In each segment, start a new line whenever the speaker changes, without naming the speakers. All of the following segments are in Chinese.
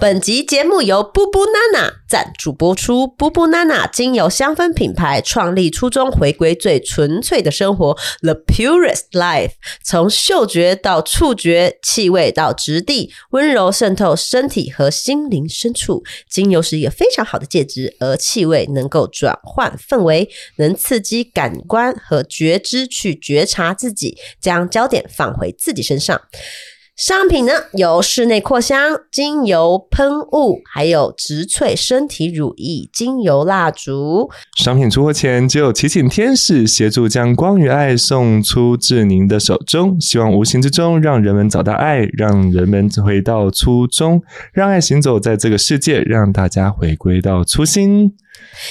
本集节目由布布娜娜赞助播出。布布娜娜经由香氛品牌创立初衷，回归最纯粹的生活，The Purest Life。从嗅觉到触觉，气味到质地，温柔渗透身体和心灵深处。精油是一个非常好的介质，而气味能够转换氛围，能刺激感官和觉知去觉察自己，将焦点放回自己身上。商品呢有室内扩香、精油喷雾，还有植萃身体乳液、精油蜡烛。
商品出货前，就有祈请天使协助将光与爱送出至您的手中。希望无形之中让人们找到爱，让人们回到初衷，让爱行走在这个世界，让大家回归到初心。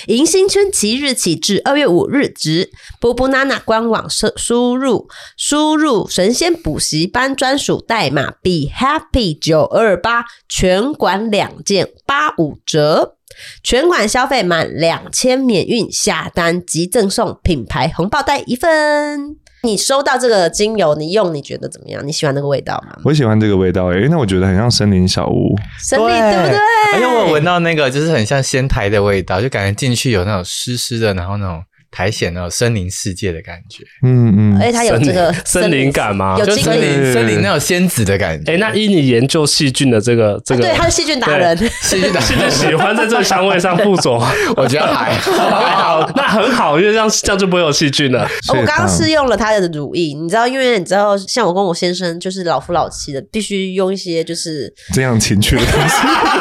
迎新春即日起至二月五日止，波波娜娜官网输输入输入神仙补习班专属代码 B Happy 九二八，全馆两件八五折。全馆消费满两千免运，下单即赠送品牌红包袋一份。你收到这个精油，你用你觉得怎么样？你喜欢那个味道吗？
我喜欢这个味道、欸，因为我觉得很像森林小屋。
神秘对不对？
而且哎我闻到那个就是很像仙台的味道，就感觉进去有那种湿湿的，然后那种苔藓那种森林世界的感觉，
嗯嗯
而，哎且它有这个
森林森林感吗
有
就
精
森
灵，
林森林那种仙子的感觉。
哎、那依你研究细菌的这个这个，
啊对，它是细菌达人。
是的，
细菌 喜欢在这个香味上附 着，
我觉得还
还
好。
好，那很好，因为这样这样就不会有细 菌了。
哦我刚刚
是
试用了它的乳液，你知道，因为你知道，像我跟我先生就是老夫老妻的，必须用一些就是，
这样情趣的东西。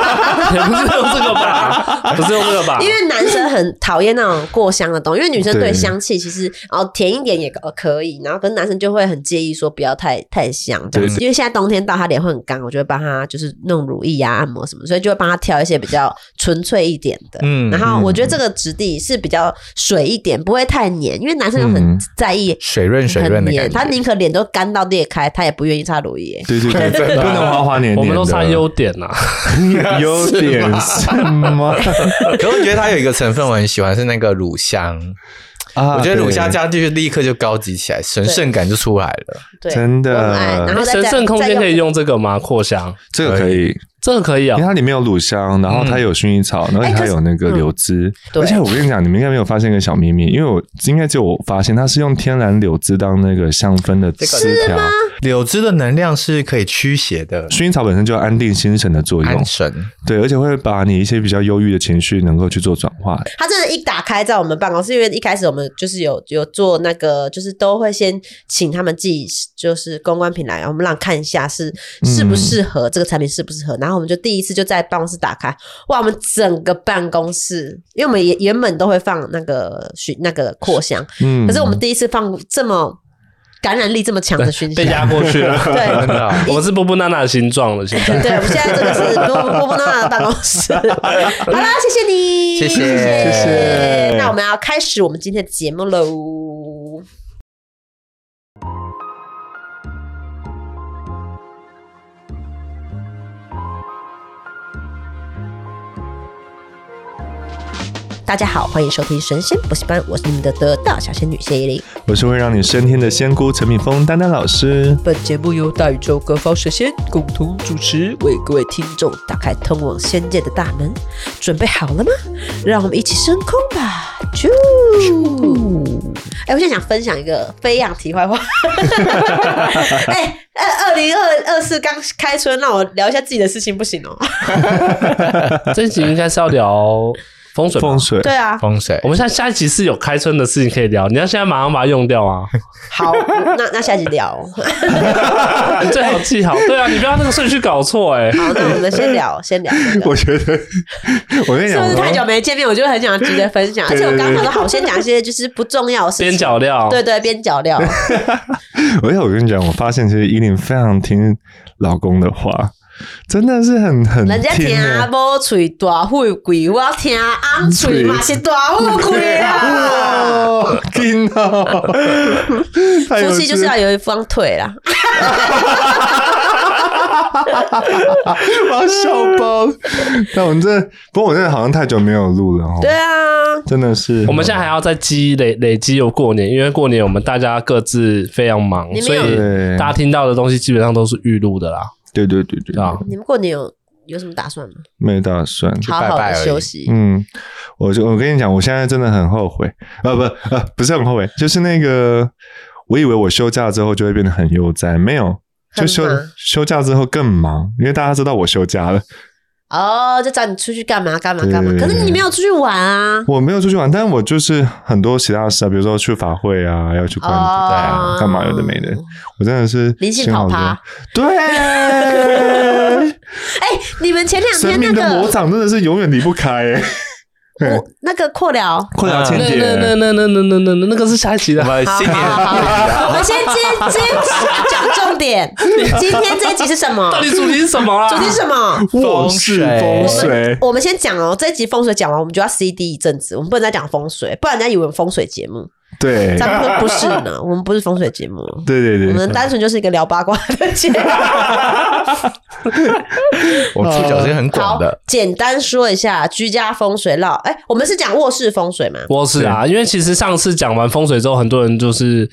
也不是用这个吧？不是用这个
啊
吧？
因为男生很讨厌那种过香的东西，因为女生
对
对香气其实哦甜一点也可可以，然后可是男生就会很介意说不要太太香这样子，因为现在冬天到，他脸会很干，我就会帮他就是弄乳液啊、按摩什么，所以就会帮他挑一些比较纯粹一点的。
嗯
然后我觉得这个质地是比较水一点，不会太黏，因为男生又很
嗯
在意
水润水
很
润的
黏，
感
他宁
觉，
可脸都干到裂开，他也不愿意擦乳液。
对对对，不能花花黏黏的。
我们都差优点啊呐、
优点什么
可我觉得它有一个成分我很喜欢，是那个乳香。
啊
我觉得乳香
对
加进去立刻就高级起来，神圣感就出来了。
对，
真的
我很爱然后再
神
再
圣空间可
再
以用这个吗？扩香，
这个可以，
这个可以啊、
因为它里面有乳香，然后它有薰衣草，然后
哦哎可
它
是
有那个
嗯
柳枝。
对
而且我跟你讲，你们应该没有发现一个小秘密，因为我应该只有我发现，它是用天然柳枝当那个香氛的
个
枝条。
柳枝的能量是可以驱邪的，
薰衣草本身就有安定心神的作用
安，神。
对，而且会把你一些比较忧郁的情绪能够去做转化。
它真的，一打开在我们办公室，因为一开始我们就是有有做那个，就是都会先请他们寄，就是公关品来，然后我们让看一下是
嗯
适不适合、这个产品适不适合。然后我们就第一次就在办公室打开，哇，我们整个办公室，因为我们也原本都会放那个熏那个扩香，
嗯，
可是我们第一次放这么感染力这么强的熏
被
香，
压过去了。
对
真。的啊
我们是波波娜娜的形状了，现 在。
对，我们现在这个是波波波娜的办公室。好啦，谢谢你，
谢谢
谢
谢
谢
那我们要开始我们今天的节目喽。大家好，欢迎收听《神仙补习班》，我是你们的得道小仙女谢依霖。
我是会让你升天的仙姑陈敏峰丹丹老师。
本节目由大宇宙各方神仙共同主持，为各位听众打开通往仙界的大门。准备好了吗？让我们一起升空吧！啾！哎、我现在想分享一个飞扬题 外话。哎、二二零二二四刚开春，让我聊一下自己的事情，不行哦、
这一集应该是要聊风水吧。
风水，
对啊，
风水
我，们现在下一集是有开春的事情可以聊，你要现在马上把它用掉啊！
好，那那下集聊。
你最好记好，对啊，你不要那个顺序搞错哎、
好，那我们先 聊，先聊这个。
我觉得，我跟你
是
讲，
不是
我
太久没见面，我就很想值得分享？而且我刚刚想说，好，我先讲一些就是不重要的事情。
边角料，
对对，边角料。
而且我跟你讲，我发现其实依琳非常听老公的话，真的是很很
人家啊
听
听
欸
无嘴大富贵，我听俺嘴嘛是大富贵 啊！
哦，听到， 太有
夫妻就是
趣
要有一方退啦。
哦我要笑爆。但我们这，不过我真的好像太久没有录了哦。
对，啊，
真的是。
我们现在还要再积累累积有过年，因为过年我们大家各自非常忙，
你们
所
有
以
对
大家听到的东西基本上都是预录的啦，
对对对对
对吧、
对，
你们过年有有什么打算吗？
没打算。
好好
拜拜而
的
已
休息。
嗯，我就我跟你讲，我现在真的很后悔，呃，不，呃，不是很后悔，就是那个，我以为我休假之后就会变得很悠哉，没有，就
很
休
忙
休假之后更忙，因为大家知道我休假了，
哦，就找你出去干嘛干嘛干嘛？
对
可是你没有出去玩啊。
我没有出去玩，但我就是很多其他的事啊，比如说去法会啊，要去观礼啊，干嘛有的没
哦
的，我真的是
临时
心好
跑趴
累，对，
哎、你们前两
神
天那
明的魔
个
掌真的是永远离不开、欸，
我那个扩聊，
快聊千
那
姐，
那那那那那那那那那个是下一期
我
的，
们
好
新
好好
年
好，我们先今今讲重 点，今天这一集是什么？
到底主题是什么啊？
主题是什么？
卧室风
风
水，
我们先讲哦，这一集风水讲完，我们就要 CD 一阵子，我们不能再讲风水，不然人家以为我们风水节目，
对
这，样会不是呢？ 我们不是风水节目，
对对对，
我们单纯就是一个聊八卦的节 目。
我们触角是很
好
广的，，
简单说一下居家风水绕。哎、我们是讲卧室风水嘛？
我是啊，因为其实上次讲完风水之后，很多人就是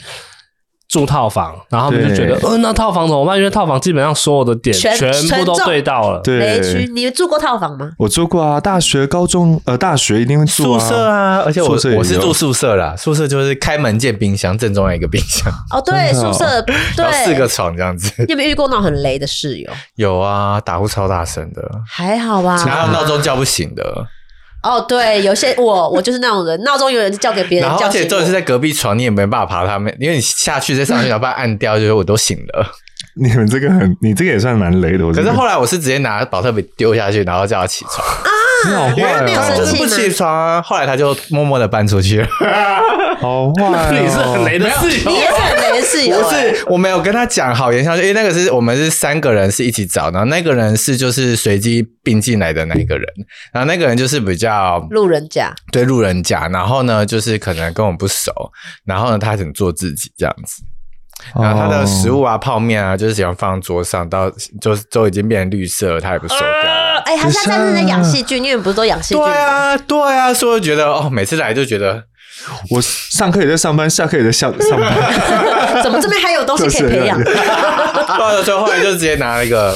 住套房，然后他们就觉得，
对
嗯、那套房怎么办？因为套房基本上所有的点
全
全部都对到了，
雷
对
区，，你们住过套房吗？
我住过啊，大学、高中，呃，大学一定会住
宿
啊，
舍啊，而且我
宿舍也有
我是住宿舍啦，宿舍就是开门见冰箱，正中央一个冰 箱，
哦，对，
真的
宿
哦
舍
然后四个
对。
床这样子。
你有没有遇过那种很雷的室友？
有啊，打呼超大声的，
还好吧。
嗯
然后闹钟叫不醒的，
哦，对，有些我我就是那种人，闹钟有人叫给别人
然后
叫
而
醒
且重点是
我。
在隔壁床，你也没办法爬他们，因为你下去再上去，然后把它按掉，就是我都醒了。
你们这个很，你这个也算蛮雷的，我
可
觉
是
得
后来我是直接拿保特瓶丢下去，然后叫他起床，
你好
因为
啊没有
他
生
就是
气
不
吗
起床啊。后来他就默默的搬出去了。
好坏，哦
你是很雷，的室
你
友。
也是很雷的室友、
不
哎
是，我没有跟他讲好言相劝，因为那个是我们是三个人是一起找，然后那个人是就是随机并进来的那一个人，然后那个人就是比较
路人甲，
对路人甲，然后呢就是可能跟我们不熟，然后呢他很做自己这样子，
哦
然后他的食物啊、泡面啊，就是喜欢放桌上，到就是都已经变成绿色了，他也不收掉。
哎、他现在真的在养细菌，因为不是都养细菌
对
吗？
啊，对啊，所以我觉得哦，每次来就觉得
哦，我上课也在上班，下课也在下上班，
怎么这边还有东西可以培养？
就是
到了最后哦后来就直接拿了一个，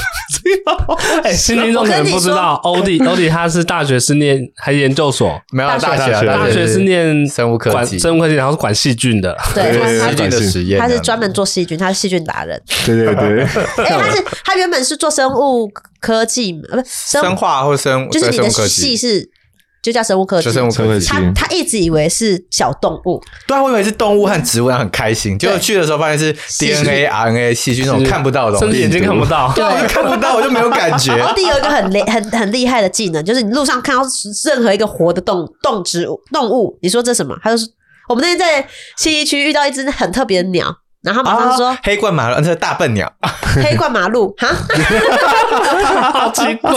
哎，新听众可能不知道，欧弟欧弟他是大学是念还研究所，
没有
大
大
学
学啊，
大学是念
生物科
管
技
生物科技，然后是管细菌的，
对，他
细菌的实验，
他他是专门做细菌，他是细菌达 人。
对对对，
哎、他是他原本是做生物科技嘛，呃不生
生化或生，
就是你
对生
的
物科
系
技，
是就叫生物科技
就。生物科技
生物科技。
他他一直以为是小动物，
对啊，我以为是动物和植物，然后很开心。结果去的时候发现是
菌
DNA、RNA 细菌那种看不到的东
甚
西，
至眼睛看不到。
对，我就看不到，我就没有感 觉。
奥弟有一个很厉很很厉害的技能，就是你路上看到任何一个活的动动植物动物，你说这什么？他就是我们那天在西一区遇到一只很特别的鸟，然后马上说、
啊黑冠马那是大笨鸟，
黑冠马路哈，
好奇怪，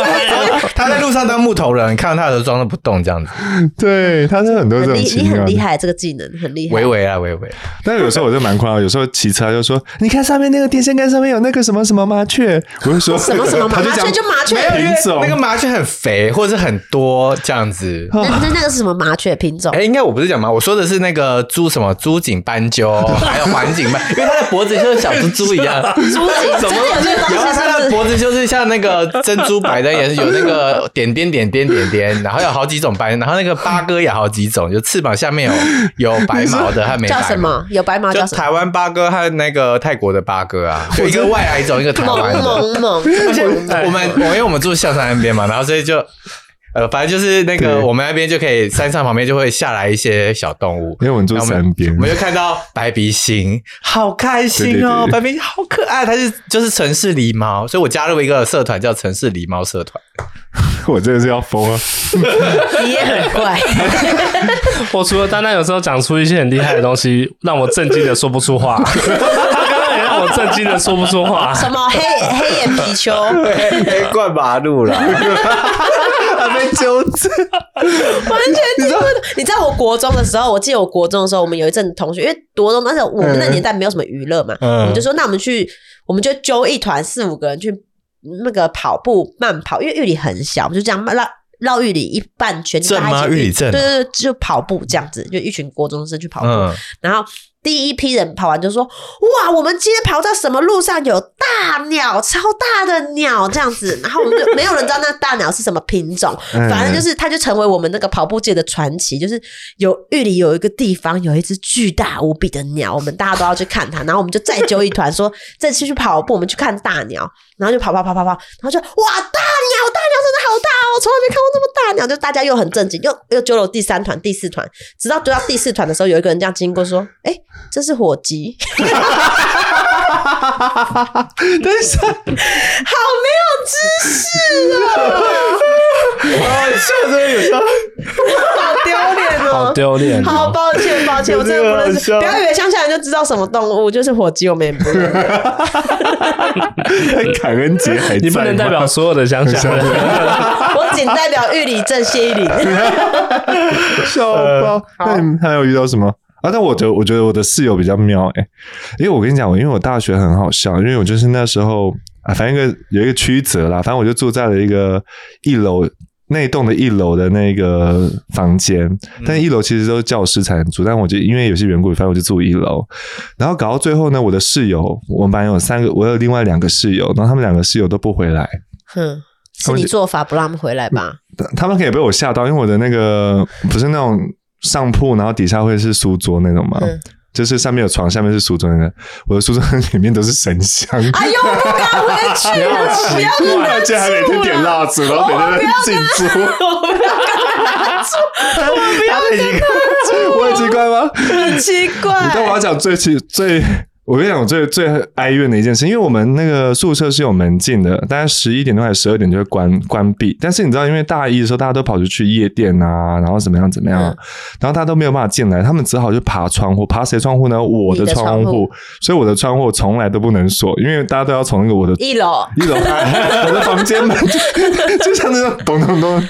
他在路上当木头人，看到他的时候装作不动这样子，
对，他是很多这
很
种
厉
奇
你
妙
很厉
的。
害，这个技能很厉害
微。微啊，微微。
但有时候我就蛮困扰，有时候骑车就说：“你看上面那个电线杆上面有那个什么什么麻雀。”我就说：“
什么什么麻
他就讲
雀就麻雀
没，有，因为
品种
那个麻雀很肥，或者是很多这样子。
那那那个是什么麻雀品种
哎、？应该我不是讲嘛，我说的是那个猪什么猪颈斑鸠， 还有环颈斑，因为它的脖子就像小猪猪一样，
猪颈真的有这个东
然
西
后它
是
啊的
不是？
脖子就是像那 个珍珠白的，也是有那个点点点点点点，然后有好几种斑，然后那个八哥也好几种，就翅膀下面 有有白毛的和没白
叫
毛。
什么？有白毛
就
叫什么？
台湾八哥和那个泰国的八哥啊，就一个外来种，一个台湾
萌萌
的。
萌，
而且
萌萌
我们，我因为我们住象山那边嘛，然后所以就。呃，反正就是那
对
个我们那边就可以，山上旁边就会下来一些小动物，
因为我们住
然后
山边
我们就看到白鼻星，好开心哦，
对对对
白鼻星好可爱，它是就是城市狸猫，所以我加入一个社团叫城市狸猫社 团，
我真的是要疯了。”
你也很怪。
我除了丹丹有时候讲出一些很厉害的东西，让我震惊的说不 出话，他刚刚也让我震惊的说不出话。
什么黑黑眼皮球？
黑冠麻鹿啦， 还被纠正，
完全听不懂。你知道我国中的时候，我记得我国中的时候，我们有一阵同学，因为国中那时候我们那年代没有什么娱乐嘛，
嗯
我们就说那我们去，我们就揪一团四五个人去那个跑步慢跑，因为玉里很小，我们就这样绕绕玉里一半圈，就大家
正吗
一起
玉里正哦
对对对，就跑步这样子，就一群国中生去跑步，
嗯，
然后第一批人跑完就说：“哇，我们今天跑到什么路上有大鸟，超大的鸟这样子。”然后我们就 没有人知道那大鸟是什么品种，
嗯
反正就是它就成为我们那个跑步界的传奇。就是有玉里有一个地方有一只巨大无比的鸟，我们大家都要去看它。然后我们就再揪一团说这次去跑步，我们去看大鸟。然后就跑跑跑跑跑，然后就哇，大鸟大鸟真的好大哦，从来没看过这么大鸟。就大家又很震惊，又又揪了第三团、第四团，直到揪到第四团的时候，有一个人这样经过说：“哎、这是火鸡，
等一下，
好没有知识啊，
哦，笑真 的有笑，
好丢脸
好
哦。”
丢脸哦，
好抱歉，抱歉，我真的不认识。
有这
不
个好笑
要以为乡下人就知道什么动物，就是火鸡，我们也不认识。
感恩节还
你不
在
能代
吗
表所有的 乡下人。
我仅代表玉里镇谢依 林。
笑爆。那你们还呃有遇到什么啊？但我觉得，我觉得我的室友比较妙哎、因为我跟你讲，我因为我大学很好笑，因为我就是那时候啊，反正一个有一个曲折啦，反正我就住在了一个一楼。那一栋的一楼的那个房间，但一楼其实都是教师才能住，但我就因为有些缘故，反正我就住一楼。然后搞到最后呢，我的室友，我们班有三个，我有另外两个室友，然后他们两个室友都不回来，
哼，是你做法不让他们回来吧？
他们可以被我吓到，因为我的那个不是那种上铺，然后底下会是书桌那种嘛，
嗯
就是上面有床，下面是书桌那个。我的书桌里面都是神像，
哎呦，我不敢回去了， 不要跟他
而且还每天点蜡烛，然后每天在进出。
他已 经
我很奇怪吗？
很奇
你知道我
怪。
要讲最奇最，我跟你讲我最最哀怨的一件事，因为我们那个宿舍是有门禁的，大概十一点多还是十二点就会关关闭。但是你知道，因为大一的时候大家都跑出去夜店啊，然后怎么样怎么样，
嗯
然后大家都没有办法进来，他们只好就爬窗户，爬谁窗户呢？我
你的
窗
窗户
所以我的窗户从来都不能锁，因为大家都要从那个我的
一楼，
一楼爬， 我的房间门就就像那种咚咚咚，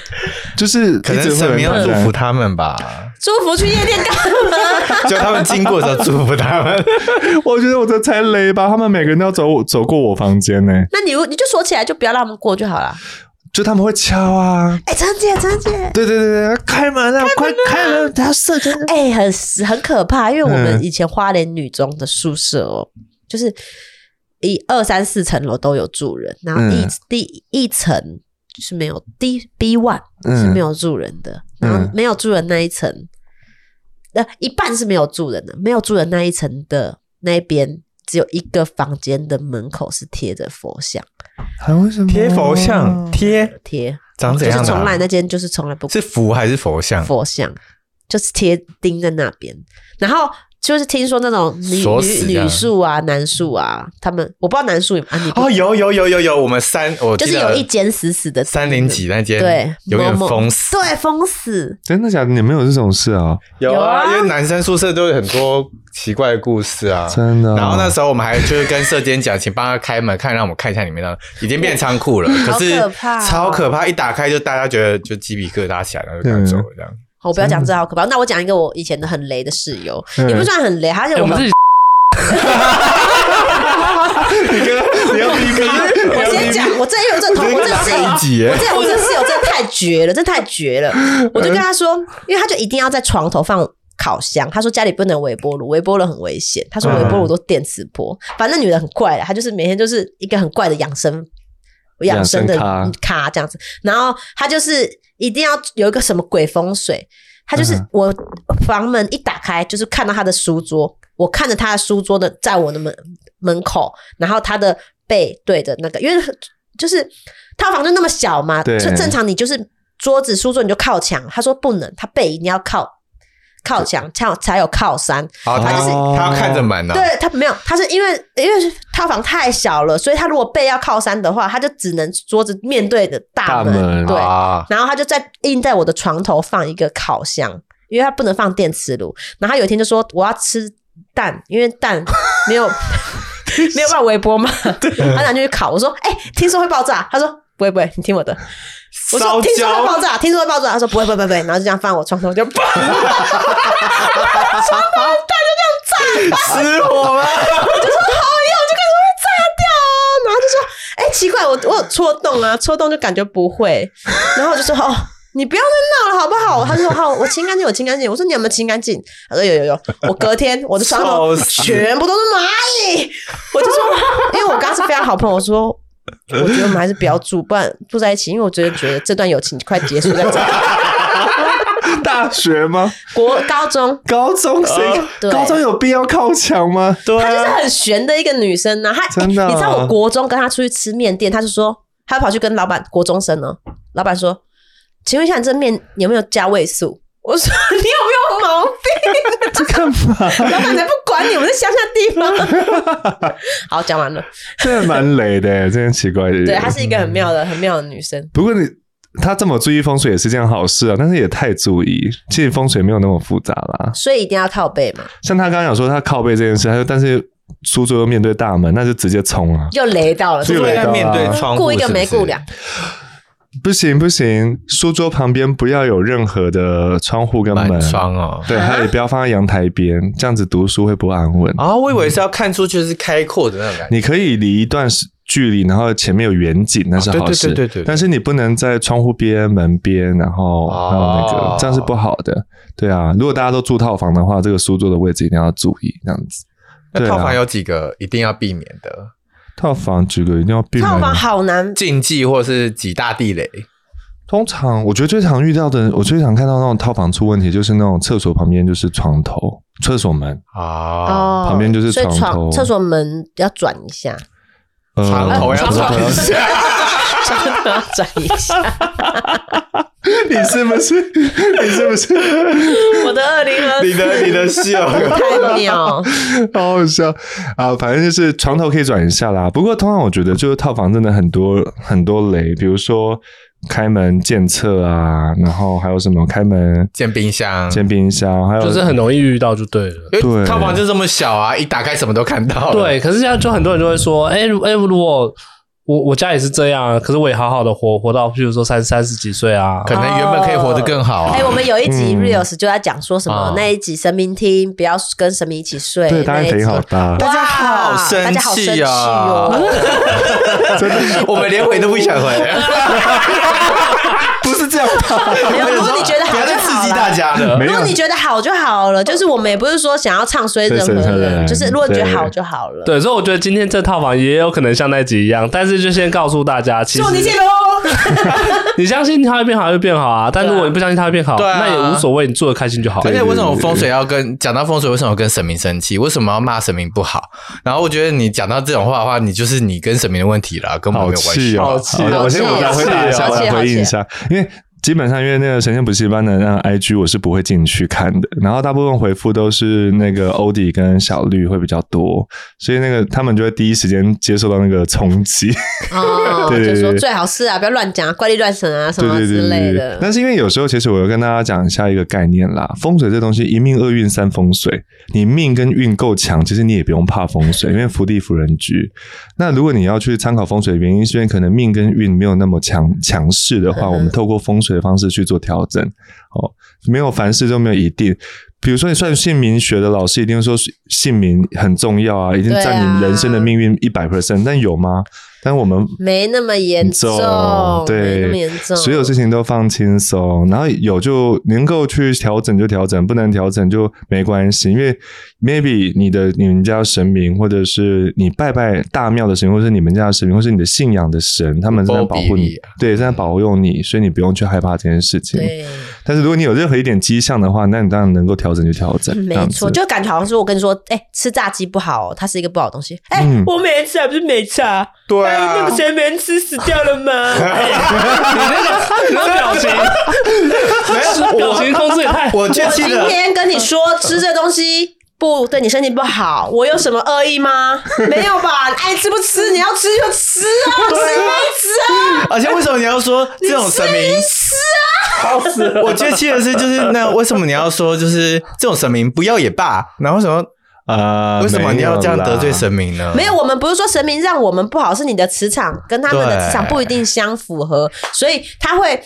就是
可
一
能
直会有
神
人
明要
进
祝
来
福他们吧，
祝福去夜店干嘛？
就他们经过的时候祝福他们。
我觉得我这才雷吧，他们每个人都要走我走过我房间呢、
那你你就锁起来，就不要让他们过就好了。
就他们会敲啊，
哎，陈姐，陈姐。
对对对对，开门啊，快开门，他射针。啊
哎、很很可怕，因为我们
嗯
以前花莲女中的宿舍哦，就是一二三四层楼都有住人，然后一、
嗯
第一层是没有，D B one 是没有住人的，
嗯
然后没有住人那一层，呃，一半是没有住人的，没有住人那一层的那边。只有一个房间的门口是贴着佛像，
还为什么
贴佛像
哦
贴
贴
长怎
就
样
是
的
从
啊
来？那间就是从来不
是符还是佛像？
佛像，就是贴钉在那边。然后就是听说那种女
锁死
女
这样
女宿啊、男宿啊，他们我不知道男宿有啊，你不
哦，有有有有有，我们三我
就
记
是
得
有一间死死的
三零几那间，
对，
永远
某某
封死。
对，封死。
真的假的？你们有这种事啊？
有
啊
因为男生宿舍都有很多奇怪的故事啊，
真的啊
然后那时候我们还就是跟舍监讲，请帮他开门，看让我们看一下里面的，已经变仓库了，可是
好可怕哦
超可怕！一打开就大家觉得就鸡皮疙瘩起来，然后就赶走了这样。
好我不要讲这好可怕。那我讲一个我以前的很雷的室友，
嗯
也不算很雷，而且
哎
我
我
们
们自己
你跟你要逼哥，
我先讲，我这有这头，我这室友，
一集耶
我这我这室友真的太绝了，真的太绝了。我就跟他说，因为他就一定要在床头放。烤箱，他说家里不能微波炉，微波炉很危险。他说微
嗯
波炉都电磁波，反正那女的很怪的，她就是每天就是一个很怪的养生养生的
养生
咖这样子。然后她就是一定要有一个什么鬼风水，她就是
嗯
我房门一打开就是看到她的书桌，我看着她的书桌的在我的门门口，然后他的背对着那个，因为就是套房就那么小嘛，
对
就正常你就是桌子书桌你就靠墙，他说不能，他背一定要靠靠墙，才有才有靠山。
好，他就是
哦
他要看着门呢，
对他没有，他是因为因为套房太小了，所以他如果背要靠山的话，他就只能桌子面对的大门，
大门
对，
啊，
然后他就在硬在我的床头放一个烤箱，因为他不能放电磁炉。然后他有一天就说我要吃蛋，因为 蛋没有没有办法微波嘛，他拿进去烤。我说哎、听说会爆炸，他说。不会不会，你听我的。我
烧
说听说会
焦
爆炸，听说会爆炸。他说不会不会不会，然后就这样放我床头就爆。哦
失火吗？
然后就说：“哎、奇怪，我我有戳洞啊，戳洞就感觉不会。”然后我就说：“哦，你不要再闹了好不好？”他就说：“好，我清干净，我清干净。”我说：“你有没有清干净？”他说：“有有有。”我隔天我的床头
笑死
全部都是蚂蚁，我就说，因为我刚是非常好朋友，我说。我觉得我们还是不要住，不然住在一起，因为我觉得觉得这段友情快结束在这。
大学吗？
国高中
啊 高中谁？
对
高中有必要靠墙吗？
对
她就是很悬的一个女生呢、她
嗯真的啊
你知道我国中跟她出去吃面店，她就说，她跑去跟老板国中生呢，老板说，请问一下你这面有没有加味素？我说你有没有毛病？
这干嘛？
老板才不管你，我们在乡下地方。 好，讲完了。
这蛮雷 的，真的奇怪的人。
对，她是一个很妙的、很妙的女生。
不过你他这么注意风水也是件好事啊，但是也太注意。其实风水没有那么复杂啦。
所以一定要靠背嘛，
像他刚刚讲说他靠背这件事，他说但是书桌又面对大门，那就直接冲啊！
又雷到了，
这
是
个
不
就
对
雷啊
应该面对窗户，
顾一个没
是不是
顾两，
不行不行，书桌旁边不要有任何的窗户跟门
满。窗哦。
对，还有也不要放在阳台边，这样子读书会不安稳。
啊、我以为是要看出去是开阔的那种感觉。
你可以离一段时距离，然后前面有远景，那是
哦对
好事。
对对对对
但是你不能在窗户边、门边，然后还有那个，
哦
这样是不好的。对啊，如果大家都住套房的话，这个书桌的位置一定要注意，这样子。对
那
啊
套房有几个一定要避免的
套房举个一定要避免。
套房好难。
禁忌，或是几大地雷？
通常我觉得最常遇到的，我最常看到那种套房出问题，就是那种厕所旁边就是床头、厕所门，
哦，
旁边就是
所以
床头
床厕所门要转一 下，
呃
床头嗯要
不是
转一 下
床头要转一下。
你是不是？ 你是不是？
我的二零二
你的你的室友
太妙，
好好笑啊！反正就是床头可以转一下啦。不过通常我觉得就是套房真的很多很多雷，比如说开门见厕啊，然后还有什么开门
建冰箱，
见冰箱，还有
就是很容易遇到就对了。
因
对
为套房就这么小啊，一打开什么都看到了。
对，可是现在就很多人就会说，哎、如哎、如果我我家也是这样啊，可是我也好好的活活到，譬如说三三十几岁啊，
可能原本可以活得更好啊。
哎、我们有一集
嗯
reels 就在讲说什么、
啊
那一集神明听不要跟神明一起睡，
对，大
那
家
一
肥
集
好大
哇，
大家好生
大家好生
气
气啊哦，
我们连回都不想回， 不是这样吧？
没有如果你觉得好
不要再
就好
刺激
了
大家了。
没
如
有
果你觉得好就好了，就是我们也不是说想要唱衰任
对
何
对对
人，
对
就是如果你觉得好就好了。
对，所以我觉得今天这套房也有可能像那集一样，但是就先告诉大家，其实
祝你幸福，
你相信它会变好，它就变好啊。但如果你不相信它会变好，
对啊
那也无所谓，你住的开心就好。
而且为什么风水要跟讲到风水，为什么跟神明生气？为什么要骂神明不好？然后我觉得你讲到这种话的话，你就是你跟神明的问题了，跟我们
好
没有关系
气。哦，
好气
哦
我先我来回答一下，
好
我
气
来
哦
回应一下，因为。基本上，因为那个神仙补习班的那个 IG 我是不会进去看的，然后大部分回复都是那个欧弟跟小绿会比较多，所以那个他们就会第一时间接受到那个冲击。
哦，
对对
就
对
说最好是啊，不要乱讲啊，怪力乱神啊什么之类的。
但是因为有时候，其实我要跟大家讲一下一个概念啦，风水这东西，一命二运三风水。你命跟运够强，其实你也不用怕风水，因为福地福人居。那如果你要去参考风水，原因是因为可能命跟运没有那么强强势的
嗯
话，
哼
我们透过风水的方式去做调整。哦，没有凡事都没有一定。比如说，你算姓名学的老师一定会说姓名很重要啊，一定
对啊
占你人生的命运一百 percent，但有吗？但我们
没那么严重，没
对，
那么严重。
所有事情都放轻松，然后有就能够去调整就调整，不能调整就没关系，因为 maybe 你的你们家的神明，或者是你拜拜大庙的神，或者是你们家的神明，或是你的信仰的神，他们正在保护
包
你
庇你啊，
对，正在保佑你，所以你不用去害怕这件事情。
对，
但是如果你有任何一点迹象的话，那你当然能够调整就调整，这
嗯没
样
错，
子
就感觉好像是我跟你说，哎、吃炸鸡不好、哦，它是一个不好的东西。哎、
嗯
我每天吃还不是没差。
对
哎，
啊
那个谁没人吃死掉了吗？
你的 表 情，
哎
表情控制也 太……
我确
我
信
今
了，
天跟你说吃这东西不对你身体不好，我有什么恶意吗？没有吧？你爱吃不吃，你要吃就吃啊，吃一辈子啊，
而且为什么你要说这种神明？
吃
好死了！
我最气的是，就是那为什么你要说，就是这种神明不要也罢，然后什么？
啊，
为什么你要这样得罪神
明？
明呢？
啊。没有，我们不是说神明让我们不好，是你的磁场跟他们的
对
磁场不一定相符合，所以他会。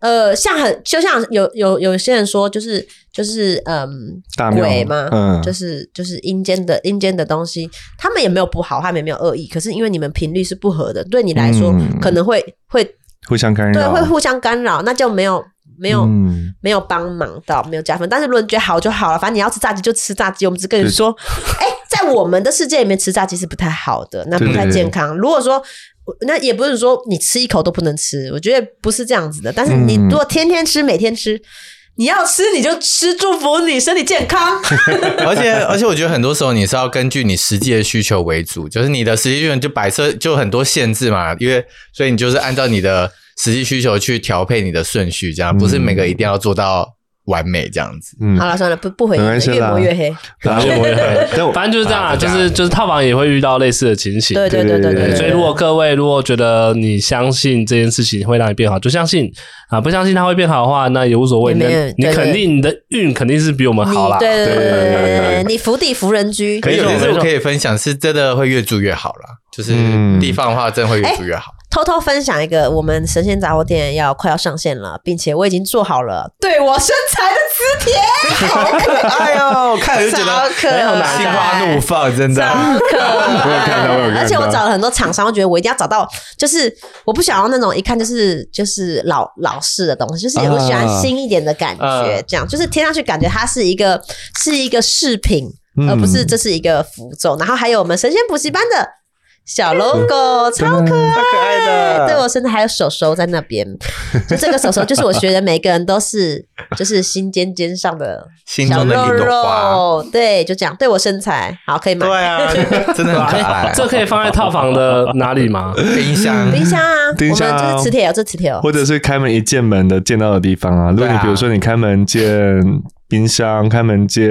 呃，像很就像有有有些人说、就是，就是嗯，
大庙
鬼嘛，
嗯
就是就是阴间的阴间的东西，他们也没有不好，他们也没有恶意，可是因为你们频率是不合的，对你来说、
嗯哎
可能会会
互相干
对，
扰
会，互相干扰，那就没有没有、
嗯，
没有帮忙到，没有加分。但是如果你觉得好就好了，反正你要吃炸鸡就吃炸鸡。我们只跟你说， 哎、在我们的世界里面吃炸鸡是不太好的，那不太健康。如果说那也不是说你吃一口都不能吃，我觉得不是这样子的。但是你
嗯
如果天天吃，每天吃。你要吃你就吃，祝福你身体健康。
而且而且，我觉得很多时候你是要根据你实际的需求为主，就是你的实际需求就摆设就很多限制嘛，因为所以你就是按照你的实际需求去调配你的顺序，这样不是每个一定要做到完美这样子。
嗯
好了，算了，不不回应
没关
了，
系
越
啦
抹越黑。
然后我 也很，但我
反正就是这样啊，
啊
就
对啊
是就是套房也会遇到类似的情形。
对对对对
对
对。
所以，如果各位如果觉得你相信这件事情会让你变好，就相信啊；不相信它会变好的话，那也无所谓。
也
你
没有
的你
对对
肯定你的运肯定是比我们
你
好啦。
对对
对对对对
对
对，
你福地福人居。
可以，
没
有
错
件事
没
我
错
可以分享是真的会越住越好啦，就是
嗯
地方的话，真的会越住越好。
偷偷分享一个，我们神仙杂货店要快要上线了，并且我已经做好了对我身材的磁铁，
哎呦，看了就觉
超
得哎
可爱，
心花怒放，真的。啊
超可
我有看到我有
爱。
看到
而且我找了很多厂商，我觉得我一定要找到，就是我不想要那种一看就是就是老老式的东西，就是我喜欢
啊
新一点的感觉，
嗯
这样就是贴上去感觉它是一个是一个饰品，
嗯
而不是这是一个符咒。然后还有我们神仙补习班的小 logo，超可爱。
嗯超可爱的
对我甚至还有手手在那边，就这个手手就是我学的，每个人都是就是心尖尖上的
心
小
中的
肉
一朵花。
肉，对，就这样，对我身材好可以买
对啊， 真的很可爱。 嗯
这可以放在套房的哪里吗？
冰箱，
冰箱啊，
冰箱啊
我们就是磁铁哦，这磁铁哦，
或者是开门一见门的见到的地方啊。如果
对
你
啊
比如说你开门见冰箱，开门见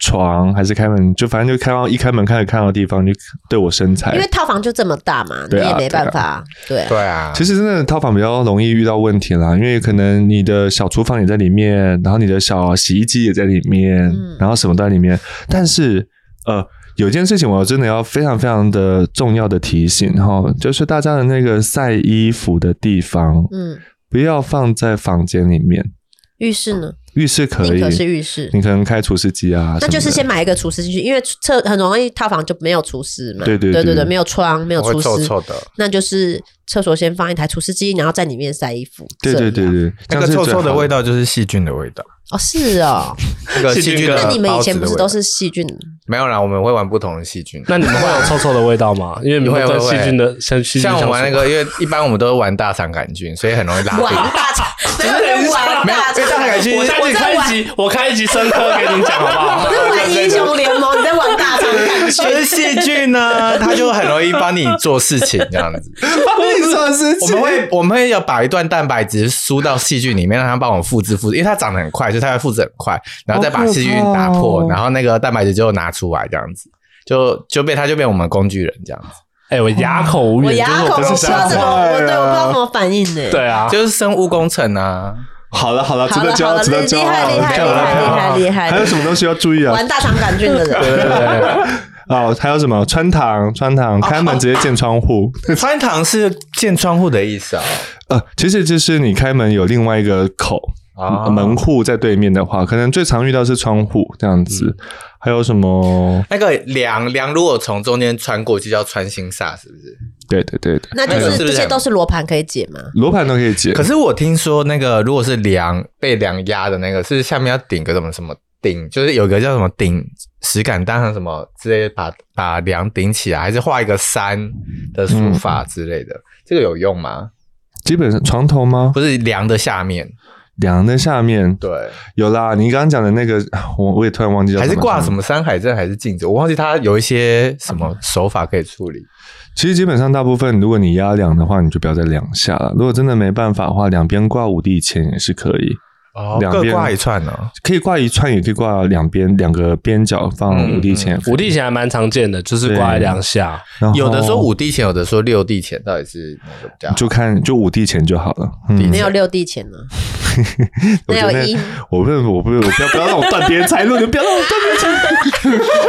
床，还是开门就反正就看到一开门开始看到的地方，就对我身材
因为。套房就这么大嘛，你
哎对啊
也没办法，对啊，
对啊，
其实真的套房比较容易遇到问题啦，因为可能你的小厨房也在里面，然后你的小洗衣机也在里面，
嗯
然后什么都在里面。但是呃，有件事情我真的要非常非常的重要的提醒哈，就是大家的那个晒衣服的地方，
嗯，
不要放在房间里面。
浴室呢，
浴室可
宁
以，
可是浴室，
你可能开厨师机啊，
那就是
什
先
么
买一个厨师进去，因为厕很容易套房就没有厨师嘛，
对对
对
对
没有窗，没有
会
厨
臭
师，
臭的，
那就是厕所先放一台除湿机，然后在里面晒衣服，
的对对
这样
对对，
那
这样
个
是
臭
最
臭的
好
味，道就是细菌的味道，
哦，是哦，
那个细菌的
那
包
你们以前
子
不
的
是
味
都
道
是细菌？
没有啦？我们会玩不同的细菌。
那你们会有臭臭的味道吗？因为你们
会
跟
会
细菌的像细菌
像我
相
玩那
处
个，因为一般我们都是玩大肠杆菌，所以很容易拉
玩
肚 子。
大肠，没有人玩
没有
大，
因为大肠
肠，
杆菌
我下
我
次
在
开一
玩
集，我开一集生科给你讲好不好
我？在玩英雄联盟，你在玩大肠杆菌。
就是细菌呢，它就很容易帮你做事情这样子。 我们会我们会要把一段蛋白质输到细菌里面，让它帮我复制复制，因为它长得很快，所以它会复制很快，然后再把细菌打
好可
破，
怕哦
然后那个蛋白质就拿出来这样子，就就被它就变我们工具人这样子。
哎，我哑口无
我
言，
牙口不
就是我不
知
是
道
想
怎么，
说
我对我不
哎
知道怎么反应呢。
对啊，
就是生物工程啊，
好了好了，值
好
得
了
骄
好
傲，
了，
值得
厉
骄傲，
害厉害
漂
厉
亮漂亮
害厉害
还有
厉害！
什么东西要注意啊？
玩大肠杆菌的人，
哦，还有什么穿堂穿堂，
哦
开门直接见窗户。
穿堂是见窗户的意思啊。
呃，其实就是你开门有另外一个口，
啊
门户在对面的话，可能最常遇到是窗户这样子。
嗯
还有什么？
那个梁梁如果从中间穿过去叫穿心煞，是不是？
对对对对，
那就是这些都是罗盘可以解吗？
罗盘都可以解。
可是我听说那个如果是梁被梁压的那个，是下面要顶个什么什么顶，就是有个叫什么顶石敢当上什么之类的，把把梁顶起来，还是画一个山的书法之类的， 这个有用吗？
基本上床头吗？
不是梁的下面，
梁的下面
对，
有啦，你刚刚讲的那个， 我我也突然忘记叫
还是挂什
么。
么山海镇还是镜子，我忘记它有一些什么手法可以处理。
其实基本上大部分，如果你压两的话，你就不要再两下了。如果真的没办法的话，两边挂五帝钱也是可以，
哦
两
各
边
挂一串哦呢、
可以挂一串，也可以挂两边两个边角放五帝
嗯
钱。
五帝钱还蛮常见的，就是
对
刮一两下。
然后
有的说五帝钱，有的说六帝钱，到底是哪个比较好？
就看就五帝钱就好了。嗯，
没有六地钱呢，
我
没有
觉得
一
我不我不我不要不要让我断别人财路，你不要让我断别人财路。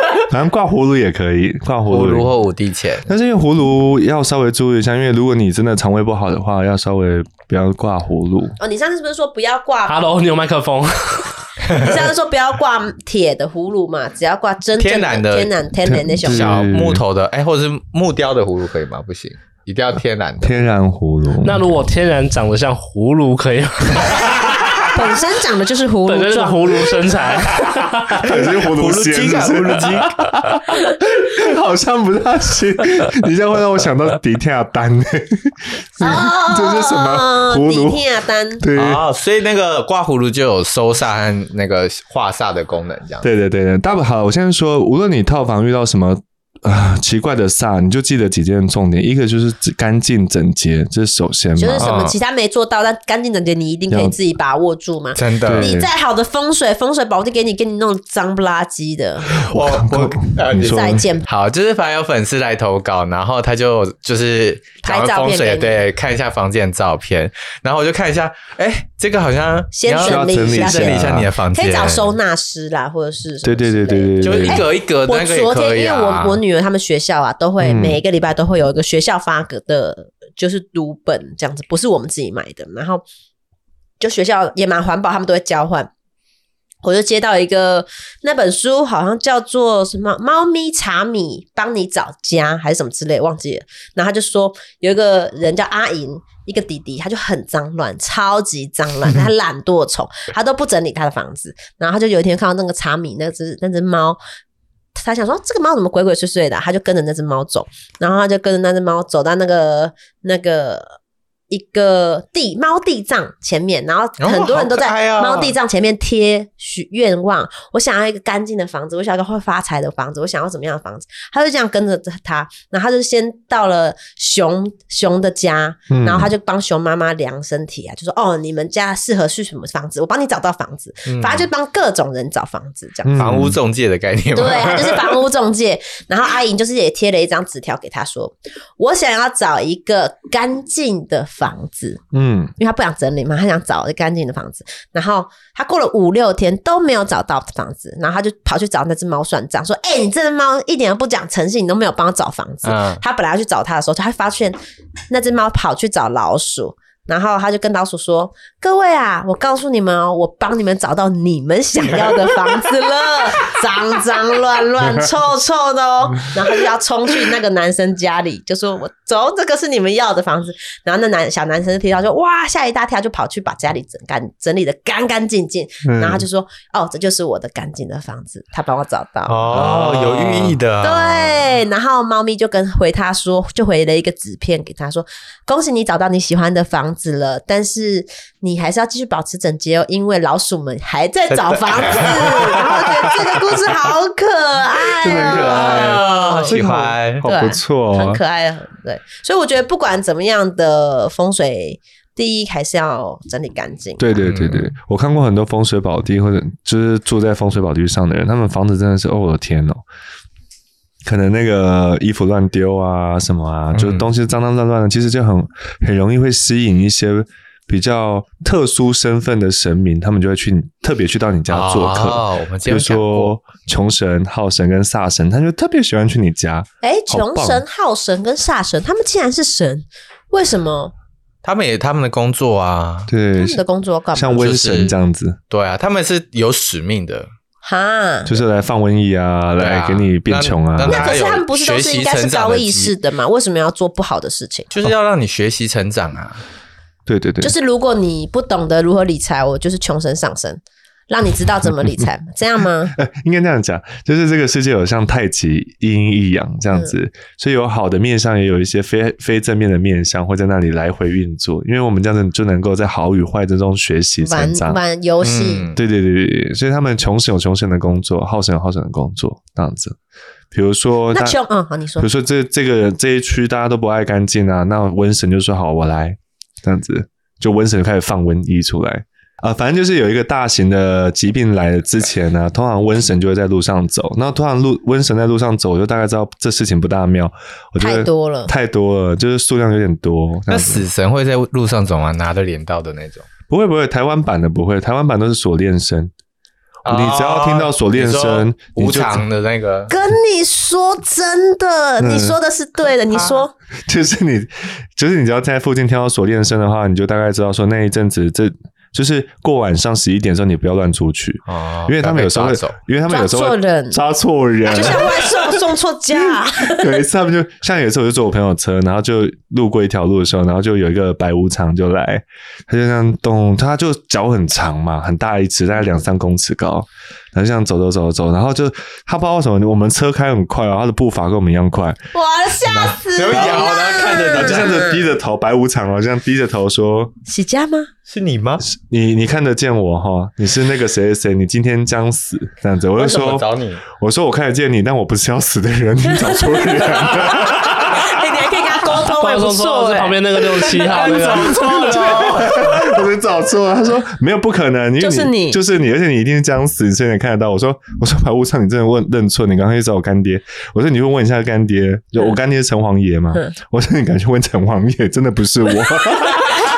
反正挂葫芦也可以，挂葫
葫
芦也可以
芦或五帝钱，
但是因为葫芦要稍微注意一下，因为如果你真的肠胃不好的话，要稍微不要挂葫芦。
哦。你上次不是说不要 挂？
Hello，你有麦克风？
你上次说不要挂铁的葫芦嘛，只要挂真正
天然的
天然天然的熊
对
小木头的，哎、或者是木雕的葫芦可以吗？不行，一定要天然的。
天然葫芦，
那如果天然长得像葫芦可以吗？
本身长得就是葫
本身
芦
是
状，
葫芦身 材，
可是葫芦精
精啊
葫芦精， 好像不大行。你这样会让我想到迪亚丹 诶，
哦
这是什么葫芦
底？下单
对
哦，所以那个刮葫芦就有收煞和那个化煞的功能，这样。
对对对对，大不好，我现在说，无论你套房遇到什么。 啊、奇怪的煞，你就记得几件重点，一个就是干净整洁，这是首先嘛。
就是什么
啊
其他没做到，但干净整洁你一定可以
要
自己把握住嘛。
真的，
对
你再好的风水，风水宝地给你给你弄脏不拉几的，
我我呃，
你
你
说
再见。
好，就是反正有粉丝来投稿，然后他就就是
拍
讲完
照
风
片
水，
给你
对，看一下房间的照片，然后我就看一下，哎，这个好像
先
你要
需要
整理
整理
一
一
下
整理一
下
下你的房间，
可以找收纳师啦，或者是什么
对对
之类
对
的
对对
就
对
一
对，
格一格的
我
那个也
昨
可
天因
以
为
啊。
我我女儿她们学校啊，都会
嗯
每一个礼拜都会有一个学校发给的，就是读本这样子，不是我们自己买的。然后就学校也蛮环保，他们都会交换。我就接到一个那本书，好像叫做什么“猫咪茶米帮你找家”还是什么之类，忘记了。然后他就说有一个人叫阿银，一个弟弟，他就很脏乱，超级脏乱，他懒惰虫，他都不整理他的房子。然后他就有一天看到那个茶米那只那只猫，他想说这个猫怎么鬼鬼祟祟的啊、他就跟着那只猫走，然后他就跟着那只猫走到那个那个。一个地猫地藏前面，然后很多人都
好可爱
在
哦
猫地藏前面贴许愿望。我想要一个干净的房子，我想要一个会发财的房子，我想要怎么样的房子？他就这样跟着他，然后他就先到了熊熊的家，
嗯
然后他就帮熊妈妈量身体啊，就说哦，你们家适合是什么房子，我帮你找到房子，
嗯
反正就帮各种人找房子这样。
嗯
房屋中介的概念嘛，
对，他就是房屋中介。然后阿莹就是也贴了一张纸条给他说，我想要找一个干净的房子，
嗯，
因为他不想整理嘛，他想找一个干净的房子。然后他过了五六天都没有找到房子，然后他就跑去找那只猫算账，说：“哎、你这只猫一点都不讲诚信，你都没有帮我找房子。
嗯
他本来要去找他的时候，他发现那只猫跑去找老鼠。然后他就跟老鼠说：“各位啊，我告诉你们哦，我帮你们找到你们想要的房子了，脏脏乱乱、臭臭的哦。”然后他就要冲去那个男生家里，就说：“我走，这个是你们要的房子。”然后那男小男生听到就哇吓一大跳，就跑去把家里整干整理的干干净净。
嗯
然后他就说：“哦，这就是我的干净的房子，他帮我找到。”
哦，有寓意
啊
的，，
对，然后猫咪就跟回他说，就回了一个纸片给他说：“恭喜你找到你喜欢的房子了，但是你还是要继续保持整洁哦，因为老鼠们还在找房 子。”然后觉得这个故事好可爱、哦，
真的很可爱
好
这
喜
个好
欢，
好不错、哦，
很可爱，对。所以我觉得不管怎么样的风水，第一还是要整理干净。
对对对对，我看过很多风水宝地或者就是住在风水宝地上的人，他们房子真的是，哦我的天哦，可能那个衣服乱丢啊什么啊，就是
嗯
东西脏脏乱乱的，其实就很很容易会吸引一些比较特殊身份的神明，他们就会去特别去到你家做客。
哦我们
比如
今天有讲过
说穷神、好神跟煞神，他就特别喜欢去你家。
哎，
好
穷
棒
神、好神跟煞神，他们竟然是神，为什么
他们也他们的工作啊，
他
对
们，的工作干嘛
像？瘟
就
神
是
这样子，
对啊，他们是有使命的，
哈，
就是来放瘟疫啊，
对
来
啊
给你变穷啊。
那那
那可是他们不是都是应该是高意识的嘛？为什么要做不好的事情？
就是要让你学习成长啊。
哦
对对对，
就是如果你不懂得如何理财，我就是穷神上身，让你知道怎么理财，这样吗？
应该这样讲，就是这个世界有像太极一阴一阳
嗯
这样子，所以有好的面相，也有一些非非正面的面相会在那里来回运作。因为我们这样子就能够在好与坏之中学习成
玩
长。
玩游戏，
嗯，
对对对对对，所以他们穷神有穷神的工作，好神有好神的工作，这样子。比如说
那
大，
穷嗯，好，你
比
说
如说这这个这一区大家都不爱干净啊，那瘟神就说好，我来这样子，就瘟神就开始放瘟疫出来。啊，反正就是有一个大型的疾病来了之前呢、通常瘟神就会在路上走。那通常路瘟神在路上走，我就大概知道这事情不大妙。我觉得
太多了
太多了，就是数量有点多。这
那
样子
死神会在路上走吗？拿着镰刀的那种？
不会不会，台湾版的不会，台湾版都是锁链声。你只要听到锁链声
哦，你
你
说无
就
常的那个，
跟你说真的，
嗯
你说的是对的，你说
就是你，就是你只要在附近听到锁链声的话，你就大概知道说那一阵子这。就是过晚上十一点的时候，你不要乱出去，
哦
因为他们有时候会
不要被抓走，
因为他们有时候会
抓错人
抓错人，
就像外送送错家、 啊，
有一次他们就像有一次我就坐我朋友车，然后就路过一条路的时候，然后就有一个白无常就来，他就这样动，他就脚很长嘛，很大一只，大概两三公尺高，然后就这样走走走走，然后就他不知道为什么我们车开很快哦，然后他的步伐跟我们一样
嗯
快，
哇，吓死
有
我
咬，
了！
然后看着
然
你，
后就这样子低着头，白无常哦，这样低着头说
喜家吗？
是你吗？：“
你你看得见我哈，你是那个谁谁谁，你今天将死。”这样子，我就
为什么
说
找你？
我说我看得见你，但我不是要死的人，你找错人了。
哎，你还可以跟他沟通，也
放
不
松
错
说是
哎
旁。边那个六七号 那个，
我们找错了。他说没有不可能，因为
就是你
就是你，而且你一定是这样死，所以你看得到。我说我说白无常，你真的问认错，你刚刚去找我干爹。我说你去问一下干爹，就我干爹是城隍爷嘛
嗯。
我说你敢去问城隍爷，真的 不是我。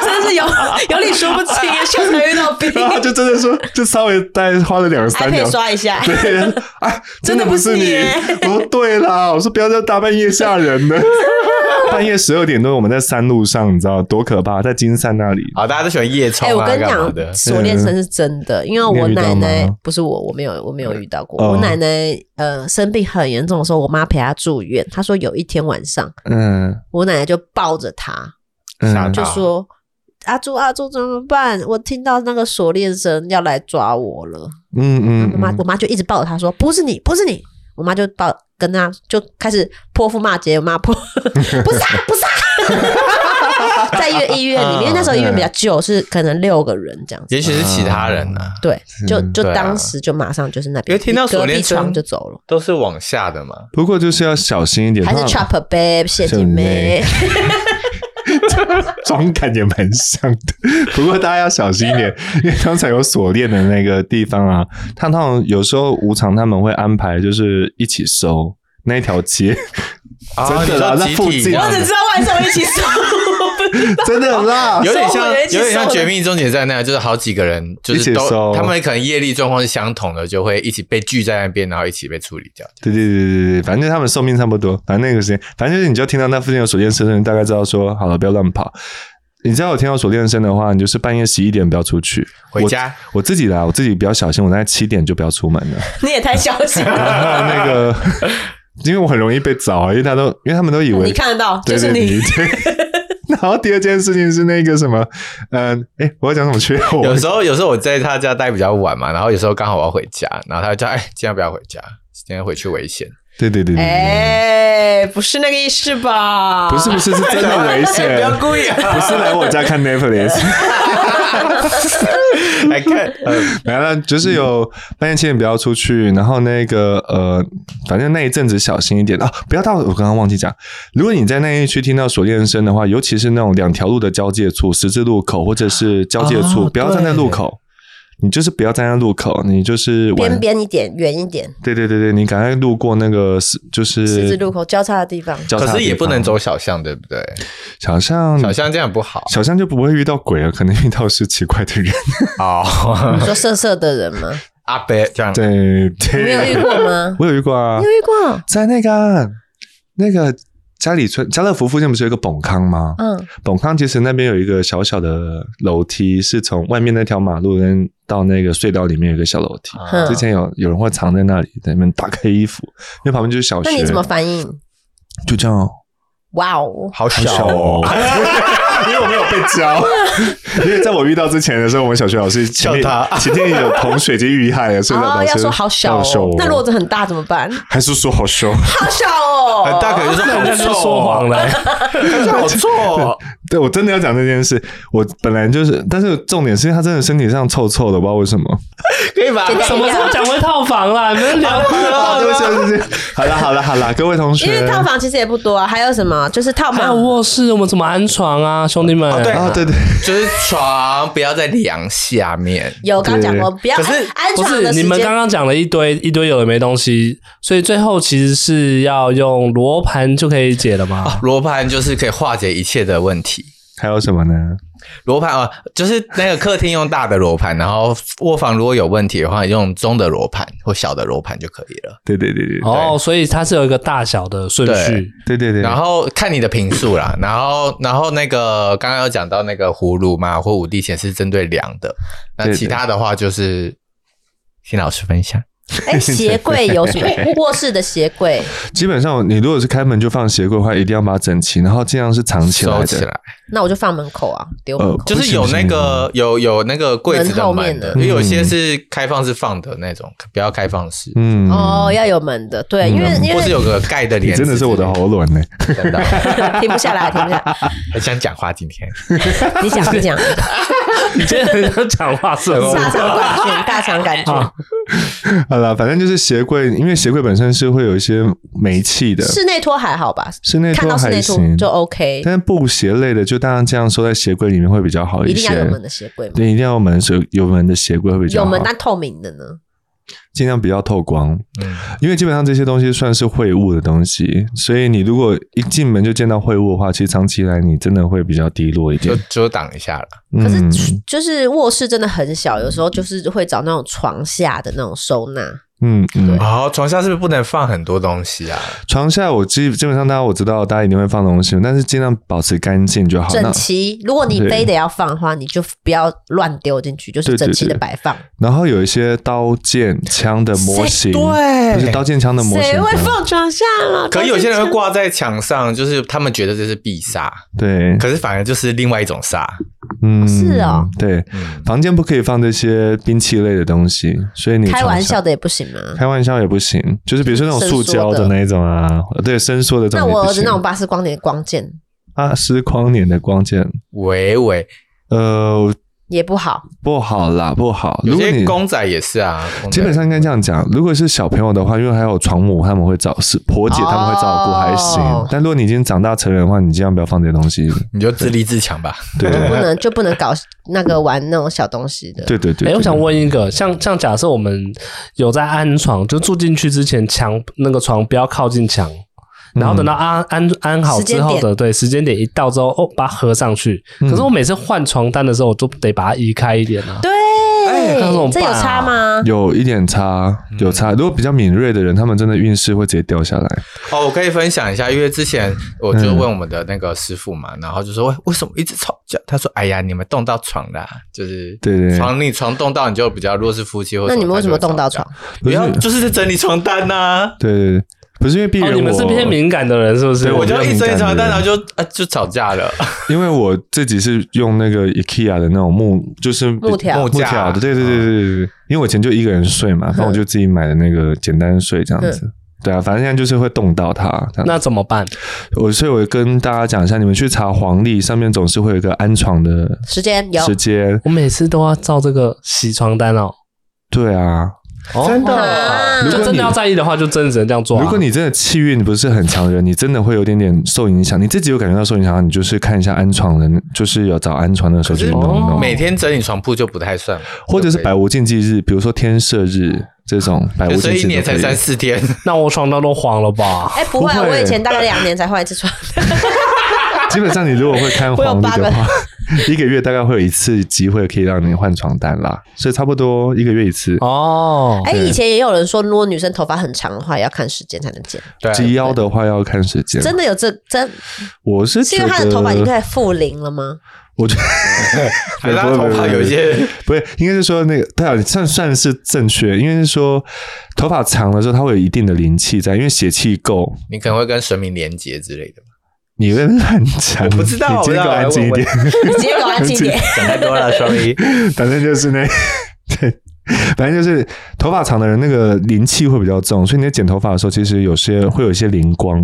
真是有有理说不清，秀才遇到兵，
然后他就真的说，就稍微大概花了两
还
三
可
秒
以。刷一下。
对，他说哎，
真
真的
的
不
不
是
是你
你。我说对啦，我说不要在大半夜吓 人的，半夜十二点多，我们在山路上，你知道多可怕，在金山那里。
哦好，大家都喜欢夜冲
哎、我
啊，
跟你
干嘛的
讲，？锁链绳是真的，因为我奶
嗯你有遇
奶
到吗
不是我，我没有，我没有遇到过。
哦
我奶奶呃生病很严重的时候，我妈陪她住院。她说有一天晚上，
嗯，
我奶奶就抱着她，
嗯
傻
就说：“阿朱阿朱怎么办？我听到那个锁链绳要来抓我了。”
嗯嗯
我妈
嗯
我妈就一直抱着她说：“不是你，不是你。”我妈就抱跟她就开始泼妇骂街，我妈泼 不是、啊、不是、啊，在医院医院里面，因为那时候医院
啊
比较旧，是可能六个人这样子。
也许是其他人呢，
对，
嗯
就就
对啊
当时就马上就是那边，
因为听到
隔
锁
壁
链声
床就走了，
都是往下的嘛。
不过就是要小心一点，
还是
他
Chopper Babe 谢金梅，
妆感也蛮像的。 不过大家要小心一点，因为刚才有锁链的那个地方啊，他通常有时候无偿他们会安排就是一起收。那一条 街真的啦那
啊你说集体
附近
这样子
道万寿一起收，
真的啦，
有点像，
收尾
有
了一起
点像
收
《
了
绝命终结站》那样，就是好几个人，就
一起
是
收
都他们可能业力状况是相同的，就会一起被聚在那边，然后一起被处理掉。
对对对对对，反正他们寿命差不多，反正那个时间，反正就是你就听到那附近有锁链声，你大概知道说好了，不要乱跑。你知道我听到锁链声的话，你就是半夜十一点不要出去，
回家
我。我自己啦，我自己比较小心，我大概七点就不要出门了。
你也太小心了，
然后那个，因为我很容易被找啊，因为他都，因为他们都以为
你看得到，就
对
是
对
你
对。对 然后第二件事情是那个什么，嗯、呃，哎，我要讲什么 去？我
有时候，有时候我在他家待比较晚嘛，然后有时候刚好我要回家，然后他就叫：“哎，今天不要回家，今天回去危险。
对对对对对，
哎，不是那个意思吧？
不是不是是真的危 险，
不要故 意啊
不是来我家看 Netflix，”
来看，呃
然后就是有半夜七点不要出去，然后那个呃，反正那一阵子小心一点啊，不要到我刚刚忘记讲，如果你在那一区听到锁链声的话，尤其是那种两条路的交界处、十字路口或者是交界处，
哦
不要站在路口，你就是不要站在路口，你就是往
边边一点，远一点，
对对对对，你赶快路过那个十就是
十字路口交叉的地方。
交叉的
可是也
地方
不能走小巷，对不对？
小巷，
小巷这样不好
小巷就不会遇到鬼啊了，可能遇到是奇怪的人，
哦。
你说色色的人吗？
阿伯这样，
对
你没有
对，
遇过 吗？
我有遇过啊
你，有遇过？
在那个啊那个家里村家乐福附近不是有一个崩康吗？
嗯，
崩康其实那边有一个小小的楼梯，是从外面那条马路跟到那个隧道里面有一个小楼梯。
啊
嗯
之前有有人会藏在那里，在那边打开衣服，因为旁边就是小学。
那你怎么反应？
就这样哦？
哇哦，
好
很
小
哦， 因为我没有被教。 因为在我遇到之前的时候，我们小学老师前面
叫他
前面有同水及遇害了，所以老
哦，
师
要说好小
要说
哦。那如果这很大怎么办？
还是说好凶。
好小哦，
很哎大可能就是
人家
好
就
臭
说
哦，
谎了，
哎
感觉好臭哦。
对我真的要讲这件事，我本来就是，但是重点是他真的身体上臭臭的，不知道为什么。
可以吧？
简单
什么时候讲回套房啦？你们聊
哎
啊， 对不起，对不起。好了，好了，好了，各位同学，
因为套房其实也不多啊，还有什么？就是套
还有
房，
啊卧室，我们怎么安床啊，兄弟们？
哦对
啊，对对，
就是床不要在梁下面。
有刚讲过，不要
可是
安安
不
床
是
的
你
时
们刚
间。
刚讲了一堆一堆有的没东西，所以最后其实是要用罗盘就可以解了吗？
罗盘就是可以化解一切的问题。
还有什么呢？
罗盘啊，就是那个客厅用大的罗盘，然后卧房如果有问题的话，用中的罗盘或小的罗盘就可以了。
对对对对，
哦，所以它是有一个大小的顺序。
对对对。
然后看你的频数啦，然后然后那个刚刚有讲到那个葫芦嘛，或五帝钱是针对量的，那
对
其他的话就是听老师分享。
哎、鞋柜有什么？卧室的鞋柜，
基本上你如果是开门就放鞋柜的话，一定要把它整齐，然后尽量是藏起来
收
的。
起来，
那我就放门口啊，丢门口。
呃
就是有那个有有那个柜子的
门后面
门
的
嗯
的，因为有些是开放式放的那种，不要开放式，
嗯，
哦，要有门的，对，因为因
或是
为
有个盖的
你
帘子。
真的是我的喉咙呢。
真的，
停不下来，停不下来。
很想讲话今天。
你讲，你讲，
你今天很想讲话是 吗？
大肠杆菌，大肠杆菌
好
好了，反正就是鞋柜，因为鞋柜本身是会有一些霉气的，
室内拖还好吧？
室内
看
拖
到室
还
内拖
行，
就 OK，
但是布鞋类的，就当然这样收在鞋柜里面会比较好
一定
些。
要有门的鞋柜嘛。
对，一定要有门，有有门的鞋柜会比较
有
好，
门但透明的呢？
尽量不要透光，
嗯，
因为基本上这些东西算是秽物的东西，所以你如果一进门就见到秽物的话，其实长期以来你真的会比较低落一
就
点。
遮挡一下了。
可是
嗯
就是卧室真的很小，有时候就是会找那种床下的那种收纳。
嗯嗯，
哦，床下是不是不能放很多东西啊？
床下我基基本上大家我知道大家一定会放东西，但是尽量保持干净就好。那
整齐，如果你
对
非得要放的话，你就不要乱丢进去，就是
对对
整齐的
对
摆放。
然后有一些刀剑枪的模型，
对
就是刀剑枪的模型，
谁会放床下了？
可有些人会
挂。
挂在墙上，就是他们觉得这是必杀，
对，
可是反而就是另外一种杀。
嗯，
是哦，
对，
嗯，
房间不可以放这些兵器类的东西，所以你
开玩
床上
笑的也不行吗？
开玩笑也不行，就是比如说那种塑胶的那一种啊，对，伸缩的这
那
种也
我
不
儿子
行
那种巴斯光年光剑
啊，是框年的光剑，
喂喂，
呃，
也不好，
不好啦，不好。如
有
果
些
你
公仔也是啊，公仔
基本上应该这样讲，如果是小朋友的话，因为还有床母他们会照是婆姐他们会照顾
哦
还行，但如果你已经长大成人的话，你尽量不要放这些东西。
你就自立自强吧。
对
不能就不能搞那个玩那种小东西的。
对对对。
哎、
对
我想，问一个，像像假设我们有在安床，就住进去之前墙那个床不要靠近墙，然后等
嗯
到安、安安好之后
时间
的对时间点一到之后，哦，把它合上去。
嗯
可是我每次换床单的时候，我都得把它移开一点啊。
对
哎那怎么办啊
这有差吗？
有一点差，有
嗯
差。如果比较敏锐的人，他们真的运势会直接掉下来。
哦，我可以分享一下，因为之前我
嗯
就问我们的那个师傅嘛，然后就说为为什么一直吵架？他说：“哎呀，你们动到床啦，就是
对对对
床你床动到你就比较弱势夫妻或者
那你们为什么
他就会
动到
吵架
床？？
不要就是在整理床单呐、
对对对，不是因为避
哦，
人我，
你们是偏敏感的人是不是？
对
我就
比较
一整理
敏
床
感的
单，
人
然后就啊就吵架了。
因为我自己是用那个 IKEA 的那种木，就是
木条嗯
木条的，对对对对对对。因为我以前就一个人睡嘛，那我就自己买的那个简单睡这样子。对啊，反正现在就是会冻到它。这样
嗯
那怎么办？
我所以，我跟大家讲一下，你们去查黄历，上面总是会有一个安床的
时间有
时间。
我每次都要照这个洗床单哦。
对啊，
真的
啊
如
就
果
真
你
的要在意的话，就真的只能这样做、啊。
如果你真的气运不是很强的人，你真的会有点点受影响。你自己有感觉到受影响，你就是看一下安床的，就是有找安床的时候
可
去
是
弄一弄。
哦每天整理床铺就不太算了，
或者是
就可以
百无禁忌日，比如说天赦日这种百无
所
禁
以
忌
一年才
都可以
三四 天，
那我床单都黄了吧？
哎，不会啊，
不会
我以前大概两年才换一次 床，
基本上你如果会 看
我有
黄历
八个
的话， 一个月大概会有一次机会可以让你换床单啦，所以差不多一个月一次。
哦，
哎，以前也有人说，如果女生头发很长的话，也要看时间才能剪，
对，
及腰的话要看时间，
真的有这真
我是
是
觉
因
得
为她的头发已经开始复龄了吗？
我觉得
还是他头发有一些
不是，应该是说那个对啊，算算是正确，应该是说头发长的时候它会有一定的灵气在，因为血气够。
你可能会跟神明连结之类的。
你会乱讲，
我不知道
你今天给
我
我
要来
安静一
问
点，
你直接给我安静一 点，
想太多了，sorry。
反正就是那， 对，反正就是头发长的人那个灵气会比较重，所以你在剪头发的时候，其实有些会有一些灵光，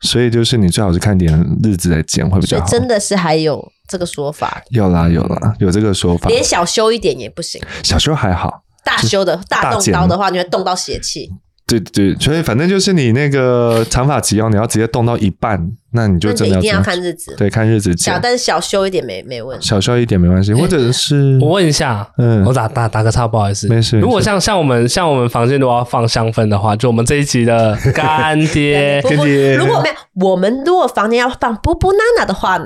所以就是你最好是看点日子来剪会比
所
较
以
好。
哎真的是还有这个说法，
有啦有啦，有这个说法。
连小修一点也不行，
小时候还好，
大修的大动
剪
刀的话，你会动到邪气，
对对，所以反正就是你那个长发及腰，你要直接动到一半，那你就
那
真
你
的
一定要
剪
看日子。
对看日子
小
剪，
但是小修一点没没问题。
小修一点没关系，或者是
我问一下，
嗯
我打打打个岔，不好意思，
没事
如果像像我们像我们房间如果要放香氛的话，就我们这一集的干爹
不，不，如果没有我们，如果房间要放波波娜娜的话，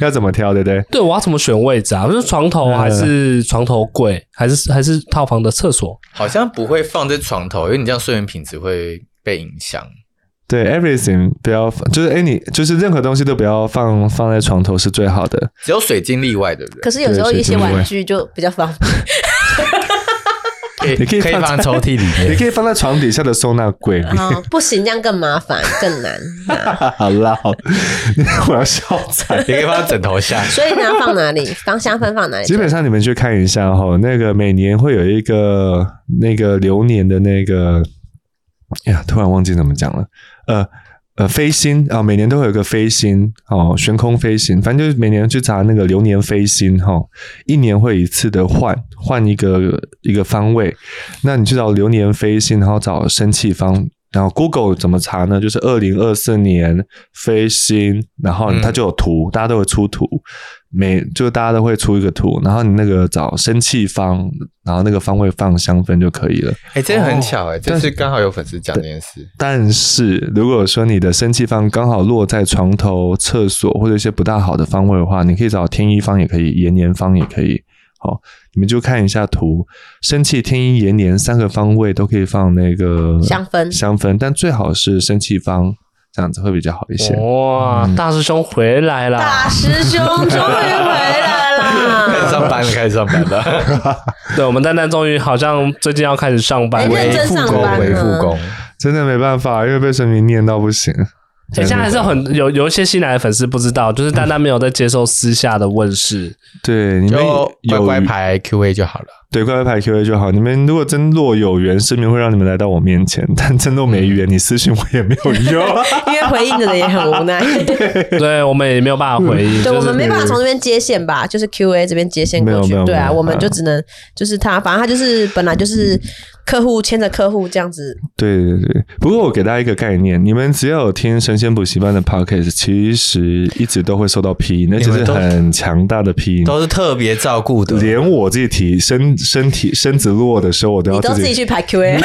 要怎么挑，对不对？
对我要怎么选位置啊？就是床头
嗯
还是床头柜，还是还是套房的厕所？
好像不会放在床头，因为你这样睡眠品质会被影响。
对，everything 不要放，就是哎，你就是任何东西都不要放放在床头是最好的。
只有水晶例外，对不对？
可是有时候一些玩具就比较方便。
可以
你可以
可以
放
放抽屉里
你
面。
可以放在床底下的收纳柜里。
啊，不行，这样更麻烦，更难。
好啦，好， 我要笑惨。
也可以放在枕头下，
所以呢，放哪里？放香氛放哪里？
基本上你们去看一下哈，那个每年会有一个那个流年的那个，哎呀，突然忘记怎么讲了，呃。呃，飞星啊、每年都会有一个飞星哦，悬空飞行，反正就是每年去查那个流年飞星哦哈、一年会一次的换换一个一个方位，那你去找流年飞星，然后找生气方，然后 Google 怎么查呢？就是二零二四年飞星，然后
嗯
它就有图，大家都会出图，每就大家都会出一个图，然后你那个找生气方，然后那个方位放香氛就可以了。
哎、真的很巧哎、这是刚好有粉丝讲这件 事，
但是如果说你的生气方刚好落在床头、厕所或者一些不大好的方位的话，你可以找天一方也可以，延年方也可以。好，你们就看一下图，生气、天一、延年三个方位都可以放那个
香氛
香氛，但最好是生气方，这样子会比较好一些。
哦
哇，
嗯
大师兄回来
大
啦！
师兄终于回来
开始
啦！
上班了，开始上班了，
对，我们丹丹终于好像最近要开始上班
哎
了。
认真
复
上班
工，
呢
恢复工，
真的没办法，因为被神明念到不行。
哎，现在还是有很有有一些新来的粉丝不知道，就是丹丹没有在接受私下的问 世。
对，你们
就乖
有
乖排 Q A 就好了。
对，乖乖牌 Q A 就好。你们如果真若有缘，神明会让你们来到我面前；但真若没
嗯
缘，你私信我也没有用。
因为回应的人也很无奈，
对，我们也没有办法回应。
对
就
我
是
们没办
嗯
法从那边接线吧，就是 Q A 这边接线过
没有
去
没有，
对
没
啊，
有
我们就只能就是他，反正他就是本来就是客户牵着客户这样子，
对对对，不过我给大家一个概念，你们只要有听神仙补习班的 podcast，其实一直都会受到批影，而且
你
是
们都
很强大的批影。
都是特别照顾的，
连我自己体身身体身子弱的时候，我都
你
要
都自己去排 Q A，
有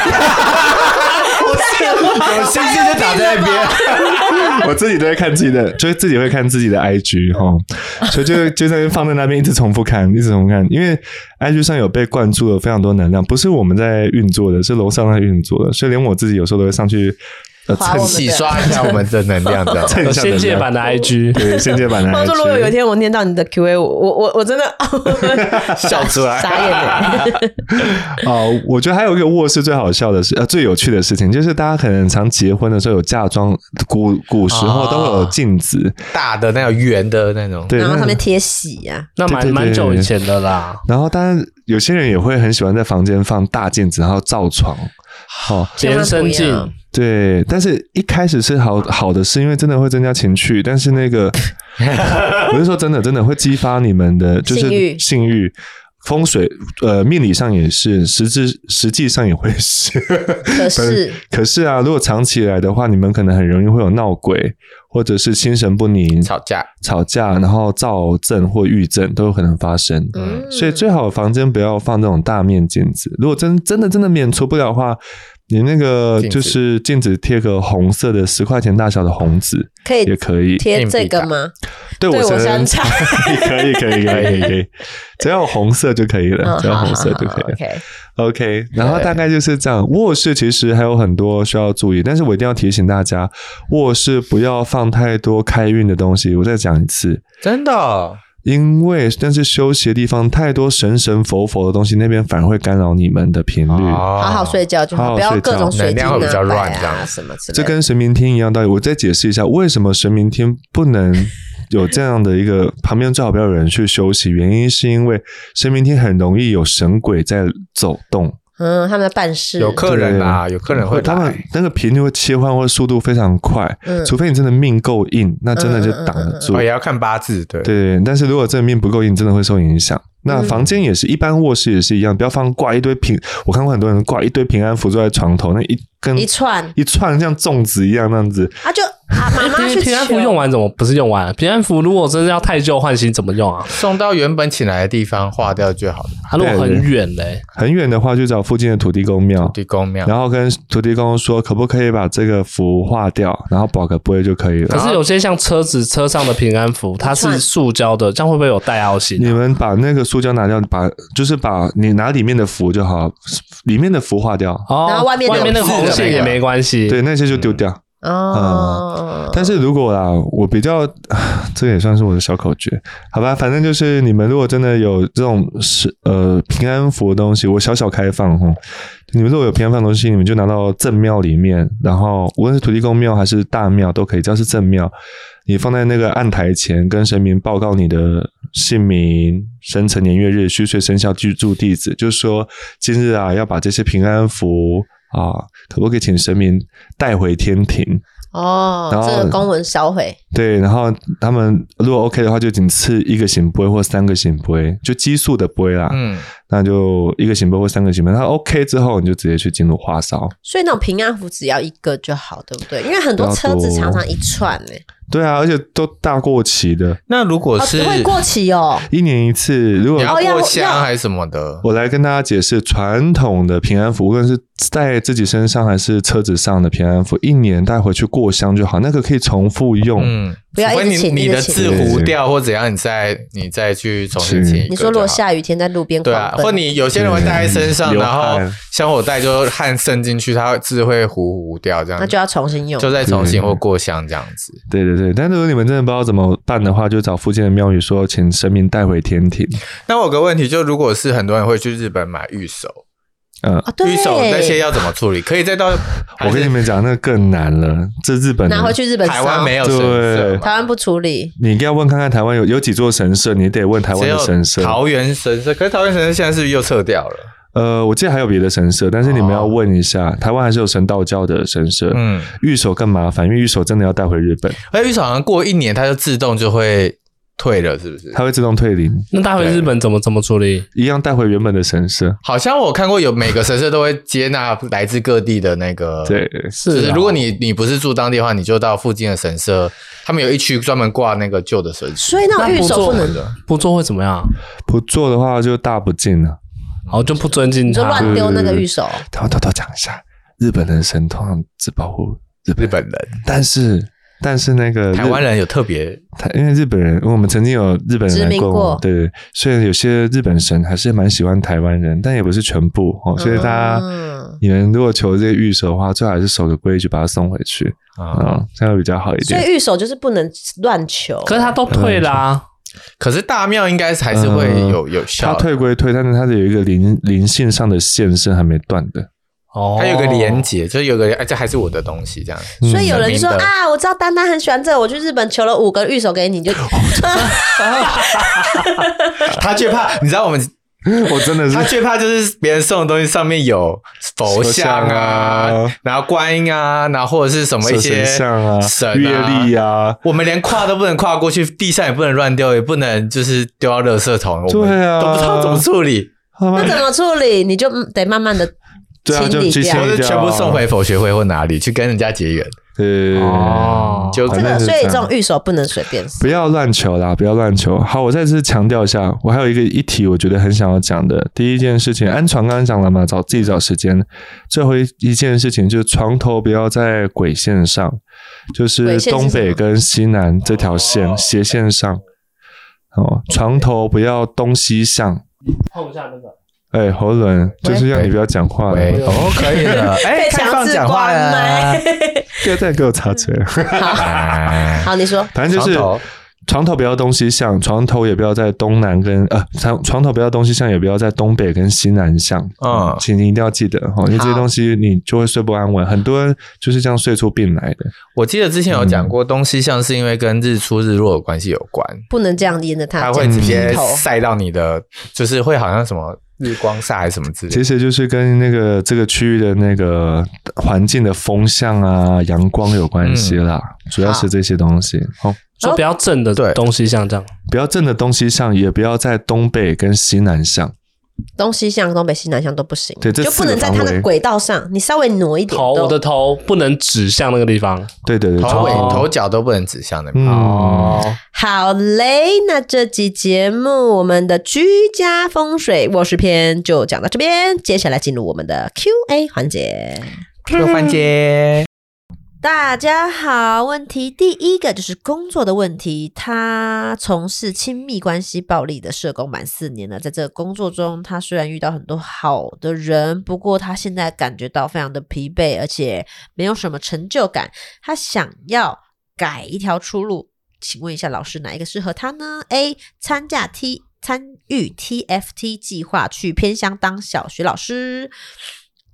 星星就打在那边，
我自己都会看自己的，就是自己会看自己的 IG 哈， 所以就就在那边放在那边一直重复看，一直重复看，因为 IG 上有被灌注了非常多能量，不是我们在运作的，是楼上在运作的，所以连我自己有时候都会上去呃
划我们
蹭
洗刷一下我们的能量，这样。
蹭一
有
下能
仙界
量。
版的 IG，
对仙界版的
话说如果有一
IG，
天 我念到你的 Q A，我我我我真的
笑出来
傻眼欸了。
哦，我觉得还有一个卧室最好笑的是，呃，最有趣的事情就是大家可能常结婚的时候有嫁妆，古古时候都会有镜子，
大的那种圆的那种，
对，
嗯然后
那
上面贴喜啊呀、
那蛮
对对对
蛮久以前的啦。
然后当然有些人也会很喜欢在房间放大镜子，然后照床，
啊
好、
千
连
万不要
身镜。
对，但是一开始是好好的事，因为真的会增加情趣，但是那个 我是说真的，真的会激发你们的就是
性欲
性欲风水呃命理上也是，实质实际上也会是。
可是
可是啊，如果长期以来的话，你们可能很容易会有闹鬼，或者是心神不宁、
吵架，
吵架，然后躁症或郁症都有可能发生。
嗯，
所以最好房间不要放那种大面镜子。如果真真的真的免除不了的话，你那个
镜子
就是镜子贴个红色的十块钱大小的红纸
可以
也可以。
贴这个吗？
对我
我
承
相，
认
差。
可以可以可以可以可以，只要有红色就可以了，
嗯
只要有红色就
好好
可以
好
了。
OK，
OK，然后大概就是这样。卧室其实还有很多需要注意，但是我一定要提醒大家，卧室不要放太多开运的东西。我再讲一次，
真的哦
因为那是休息的地方，太多神神佛佛的东西，那边反而会干扰你们的频率。
啊哦
好好睡觉就
好
好，
好
不要
睡觉
各种水
能
晶
量
啊、
会比较乱
摆
这
啊
样
什么之类
这
的。
跟神明厅一样道理。我再解释一下，为什么神明厅不能有这样的一个旁边最好不要有人去休息，原因是因为神明厅很容易有神鬼在走动。
嗯，他们的办事
有客人啊，有客人会
嗯他们
来，
那个频率会切换或速度非常快，
嗯
除非你真的命够硬，那真的就挡得住。
哦也要看八字，对，
对，但是如果这个面不够硬，真的会受影响。那
嗯
房间也是，一般卧室也是一样，不要放挂一堆平。我看过很多人挂一堆平安符坐在床头，那一根
一串
一串像粽子一样那样子，
啊，就啊，妈妈
平
去
平安
求
符用完怎么不是用完？啊平安符如果真的要太旧换新怎么用啊？
送到原本请来的地方化掉就好了，
它如果很远嘞、
很远的话去找附近的土地公庙，
地公庙。
然后跟土地公说可不可以把这个符化掉，然后保个不会就可以
可
了。
是有些像车子车上的平安符，它是塑胶的，这样会不会有带凹型、
你
啊？
们把那个塑胶拿掉，把就是把你拿里面的符就好，里面的符化掉，
哦，
然后外面的
外面那个红线也没关系。嗯
对，那些就丢掉。
哦，
但是如果啦，啊我比较，这也算是我的小口诀，好吧，反正就是你们如果真的有这种是呃平安符的东西，我小小开放哈，你们如果有平安符的东西，你们就拿到正庙里面，然后无论是土地公庙还是大庙都可以，只要是正庙，你放在那个案台前，跟神明报告你的姓名、生辰年月日、虚岁生肖、居住地址，就是说今日啊要把这些平安符。啊，可不可以请神明带回天庭？
哦，
然后
这个公文销毁，
对，然后他们如果 OK 的话，就仅赐一个醒杯或三个醒杯，就奇数的杯啦。
嗯，
那就一个醒杯或三个醒杯，他 OK 之后，你就直接去进入花烧。
所以那种平安符只要一个就好，对不对？因为很多
啊不要
车子
多
常常一串哎、
对啊，而且都大过期的，
那如果
哦，
是
会过期哦。
一年一次。如果
你要
哦要
过
要
香还是什么的？
我来跟大家解释，传统的平安符，无论是在自己身上还是车子上的平安符，一年带回去过香就好，那个可以重复用。
嗯，
不要
除非
一直请
你
一
你
直
的
请
字
对对
糊
对
掉或怎样，你再你再去重新
是
请一个就好。
你说如果下雨天在路边
对
狂
啊，
奔
或你有些人会带在身上，
嗯
然后
流汗
香火袋就汗渗进去，它字会糊糊掉，这样
那就要重新用。
就再重新
对
或过香这样子。
对对对，但如果你们真的不知道怎么办的话，就找附近的庙宇说，请神明带回天庭。
那我有个问题，就如果是很多人会去日本买玉手，
嗯，
啊，对，
玉手那些要怎么处理？可以再到
我跟你们讲，那个更难了。这日本人
拿回，去日本烧，啊
台湾没有神
对
社
台
嘛，
湾不处理，
你应该问看看台湾有有几座神社，你得问台
只
湾的神社
有。桃园神社，可是桃园神社现在是不是又撤掉了？
呃，我记得还有别的神社，但是你们要问一下，台湾还是有神道教的神社。
嗯，
御守更麻烦，因为御守真的要带回日本，
而玉手好像过一年它就自动就会退了，是不是？
它会自动退零，
那带回日本怎么怎么处理？
一样带回原本的神社。
好像我看过有每个神社都会接纳来自各地的那个
对，
就是哦是
啊
如果你你不是住当地的话，你就到附近的神社，他们有一区专门挂那个旧的神社。
所以那种玉手不能，
的，
不做会怎么样？
不做的话就大不敬了。
然后就不尊敬
你就
他。
乱丢那个玉手，
台湾偷偷讲一下，日本人神通常只保护日本
日
人，
本人、
但是但是那个日
台湾人有特别
他因为日本人，我们曾经有日本人
殖
来
民
过，
过
对，虽然有些日本神还是蛮喜欢台湾人，但也不是全部哦，所以大家、
嗯
你们如果求这个玉手的话，最好还是守个规矩，把它送回去啊、
啊。
嗯这样会比较好一
所
点。
以玉手就是不能乱求。
可是他都退啦、
啊可是大庙应该还是会有有效
它
的，
退归退，但是它的有一个灵灵性上的线是还没断的。
哦，
它有个连结，就是有个哎，这还是我的东西这样。
所以有人就说
嗯
啊，我知道丹丹很喜欢这个，我去日本求了五个玉手给你，你就
他最怕，你知道我们，
我真 的是
他最怕就是别人送的东西上面有
佛
佛像
像
啊
啊，
然后观音啊，然后或者是什么一
神
些
神像啊
神、
阅历啊，
我们连跨都不能跨过去，地上也不能乱丢，也不能就是丢到垃圾桶，我们
对啊
都不知道怎么处理，
好吧
那，怎么处理？你就嗯得慢慢的
对啊，
清
就
理
去
掉
清
或
理
者
掉，
全部送。回佛学会或哪里去跟人家结缘。
对，
哦
就
这
反正
个，
是
所以
这
这
样
种玉手不能随便
不要乱求啦，不要乱求。好，我再次强调一下，我还有一个议题，我觉得很想要讲的。第一件事情，安床刚刚讲了嘛，找自己找时间。最后一一件事情就是床头不要在轨线上，就是
轨线是
东
什
北
么
跟西南这条线
哦
斜线上。哦，床头不要东西向。
碰一下那个。
哎，喉轮，
喂
就是让你不要讲话了，
喂，
哎
不
哦，可以了，哎，
被
开
强
放
制
讲话
关
了
麦。。
要再给我插嘴。
哎
好，你说
反正就是
床头
床头不要东西向，床头也不要在东南跟呃床床头不要东西向，也不要在东北跟西南向。
嗯
请你一定要记得哈，因为这些
好
东西你就会睡不安稳，很多人就是这样睡出病来的。
我记得之前有讲过，东西向是因为跟日出日落的关系有关，
不能这样沿着它
它
这
会
样
直
劈
接
嗯头。
晒到你的，就是会好像什么日光晒还是什么之类
其
的。
实就是跟那个这个区域的那个环境的风向啊、阳光有关系啦，
嗯
主要是这些东西。哦，
说不要正的
对
东西像这样，
不要正的东西向，也不要在东北跟西南向。
东西向、东北、西南向都不行，
对这
就
四
不
个
能在它
方
的
位
轨道上，你稍微挪一点
头
都
我的头不能指向那个地方。
对对对，
头尾哦
差不多
头脚都不能指向那边。
哦嗯，
哦
好嘞，那这集节目我们的居家风水卧室篇就讲到这边，接下来进入我们的 Q&A 环节。
这个环节。
大家好，问题第一个就是工作的问题。他从事亲密关系暴力的社工满四年了，在这个工作中，他虽然遇到很多好的人，不过他现在感觉到非常的疲惫，而且没有什么成就感。他想要改一条出路，请问一下老师，哪一个适合他呢？A. 参加 T 参与 TFT 计划，去偏乡当小学老师。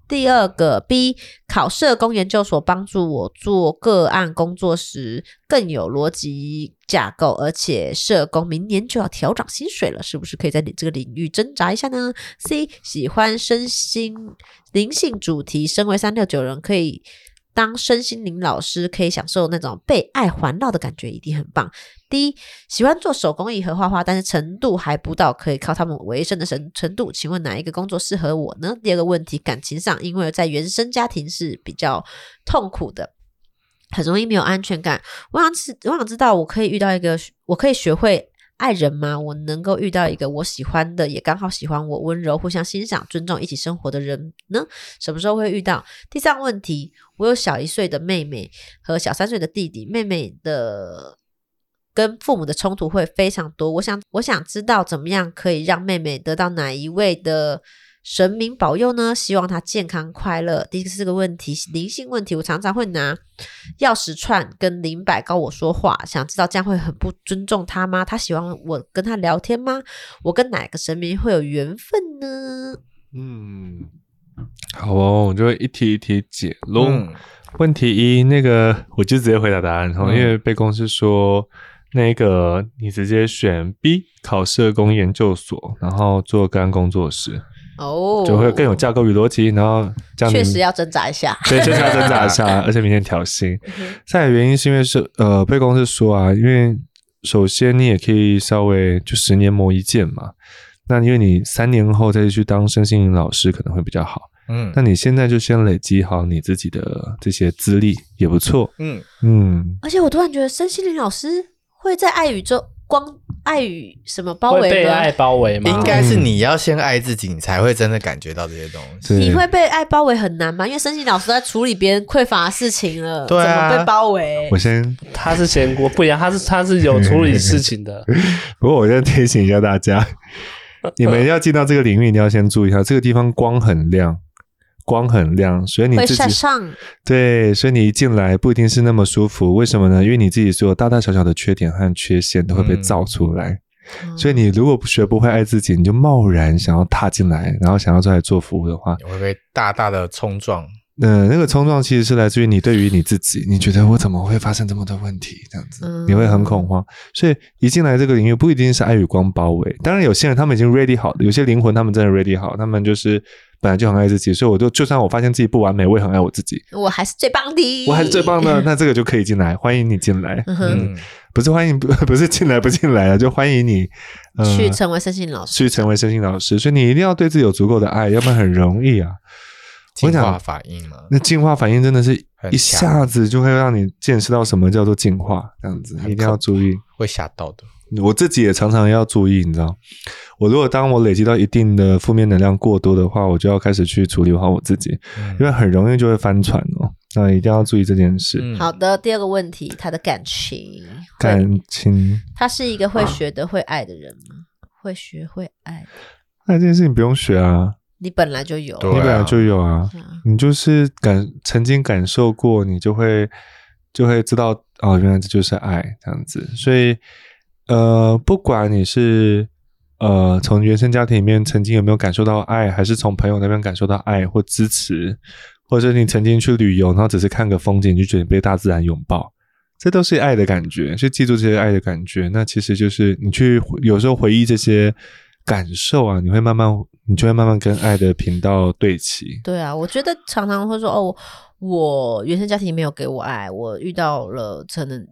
第二个 B 考社工研究所帮助我做个案工作时更有逻辑架构，而且社工明年就要调涨薪水了，是不是可以在你这个领域挣扎一下呢？C 喜欢身心灵性主题，身为三六九人可以当身心灵老师，可以享受那种被爱环绕的感觉，一定很棒。D 喜欢做手工艺和画画，但是程度还不到可以靠他们为生的程程度。请问哪一个工作适合我呢？第二个问题，感情上，因为在原生家庭是比较痛苦的，很容易没有安全感。我想知，我想知道，我可以遇到一个，我可以学会爱人吗？我能够遇到一个我喜欢的，也刚好喜欢我，温柔、互相欣赏、尊重、一起生活的人呢？什么时候会遇到？第三个问题，我有小一岁的妹妹和小三岁的弟弟，妹妹的。跟父母的冲突会非常多，我想，我想知道怎么样可以让妹妹得到哪一位的神明保佑呢？希望她健康快乐。第四个问题，灵性问题，我常常会拿钥匙串跟灵摆告我说话，想知道这样会很不尊重她吗？她喜欢我跟她聊天吗？我跟哪个神明会有缘分呢？
嗯，好哦，我就会一题一题解喽。
嗯，
问题一，那个我就直接回答答案，然后
嗯
因为被公司说。那个，你直接选 B 考社工研究所，然后做干工作室，
哦，
就会更有架构与逻辑，然后这样
确
你
实要挣扎一下。
对，就是要挣扎一下，而且明天 调薪。
嗯
再来原因是因为是呃，被公司说啊，因为首先你也可以稍微就十年磨一剑嘛。那因为你三年后再去当身心灵老师可能会比较好。
嗯
那你现在就先累积好你自己的这些资历也不错。
嗯，
嗯，
而且我突然觉得身心灵老师会在爱与中光爱与什么包
会
围
被
吗？
爱包围吗？
应该是你要先爱自己，你才会真的感觉到这些东西。
对
你会被爱包围很难吗？因为身心老师在处理别人匮乏的事情了，
对啊
怎么被包围
我？先
他是嫌我不一样，他是他是有处理事 情的。
不过我要提醒一下大 家，你们要进到这个领域，你要先注意一下，这个地方光很亮，光很亮，所以你
会
自己
晒伤，
对，所以你一进来不一定是那么舒服，为什么呢？因为你自己所有大大小小的缺点和缺陷都会被造
嗯
出来，所以你如果不学不会爱自己，你就贸然想要踏进来，然后想要出来做服务的话，
你会被大大的冲撞，
呃，那个冲撞其实是来自于你对于你自己，你觉得我怎么会发生这么多问题？这样子，
嗯
你会很恐慌。所以一进来这个领域，不一定是爱与光包围。当然，有些人他们已经 ready 好了，有些灵魂他们真的 ready 好，他们就是本来就很爱自己。所以我就就算我发现自己不完美，我也很爱我自己。
我还是最棒的，
我还是最 棒的，那这个就可以进来，欢迎你进来。
嗯哼
嗯，不是欢迎，不 不是进来不进来啊，就欢迎你，呃，
去成为身心老师。
去成为身心老师。所以你一定要对自己有足够的爱，要不然很容易啊。我
进
想
化反应嘛，
那进化反应真的是
很
一
强
下子就会让你见识到什么叫做进化，这样子
很
一定要
恐
注意。
会吓到的。
我自己也常常要注意，你知道，我如果当我累积到一定的负面能量过多的话，我就要开始去处理好我自己，
嗯
因为很容易就会翻船哦。那一定要注意这件事，
嗯
好，的，第二个问题，他的感情，会
感啊情。
他是一个会学的、会爱的人吗？会学会爱，
那这件事情不用学啊，
你本来就有，
对
你
啊
本来就有啊，
啊
你就是感曾经感受过，你就会就会知道哦，原来这就是爱这样子。所以呃，不管你是呃从原生家庭里面曾经有没有感受到爱，还是从朋友那边感受到爱或支持，或者你曾经去旅游，然后只是看个风景，你就觉得被大自然拥抱。这都是爱的感觉，去记住这些爱的感觉。那其实就是你去回有时候回忆这些感受啊，你会慢慢，你就会慢慢跟爱的频道对齐。
对啊，我觉得常常会说哦，我我原生家庭没有给我爱，我遇到了可能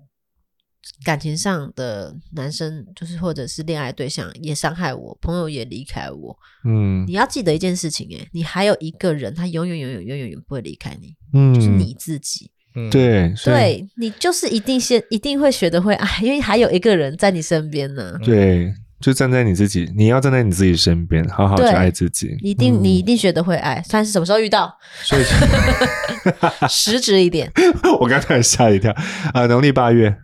感情上的男生，就是或者是恋爱对象也伤害我，朋友也离开我。
嗯
你要记得一件事情、欸，你还有一个人，他永远永远永远永远不会离开你，就是
嗯，
你自己。
嗯，
对，所以
对你就是一定先一定会学得会爱，因为还有一个人在你身边呢、
对，就站在你自己，你要站在你自己身边，好好去
对
爱自己。嗯
你一定你一定学得会爱，看是什么时候遇 到，
所以，
实质一 点。
我刚才吓一跳啊，农历八月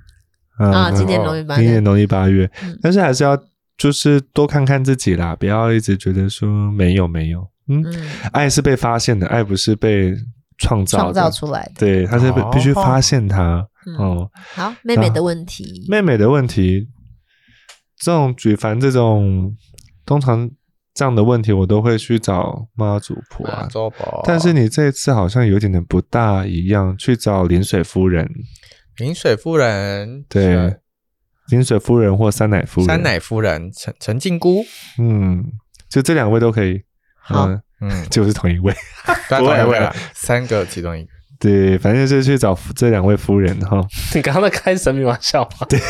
啊今年农历八月
今年农历八月
嗯，
但是还是要就是多看看自己啦，不要一直觉得说没有没有，嗯，
嗯，
爱是被发现的，爱不是被创造
创
的
造出来的。
对，他是被
哦
必须发现它。
嗯
哦，
好，妹妹的问题，
妹妹的问题，这种举凡这种通常这样的问题，我都会去找妈祖婆啊。
周宝，
但是你这次好像有点点不大一样，去找临水夫人，
临水夫人，
对，临水夫人或啊三奶夫人，
三，奶夫人，陈陈靖姑，
嗯，就这两位都可以，
好
嗯，
嗯，
就是同一位，
大
不会
家
不会
会了，三个其中一个。
对，反正就是去找这两位夫人哈。
你刚刚在开神秘玩笑吗？对，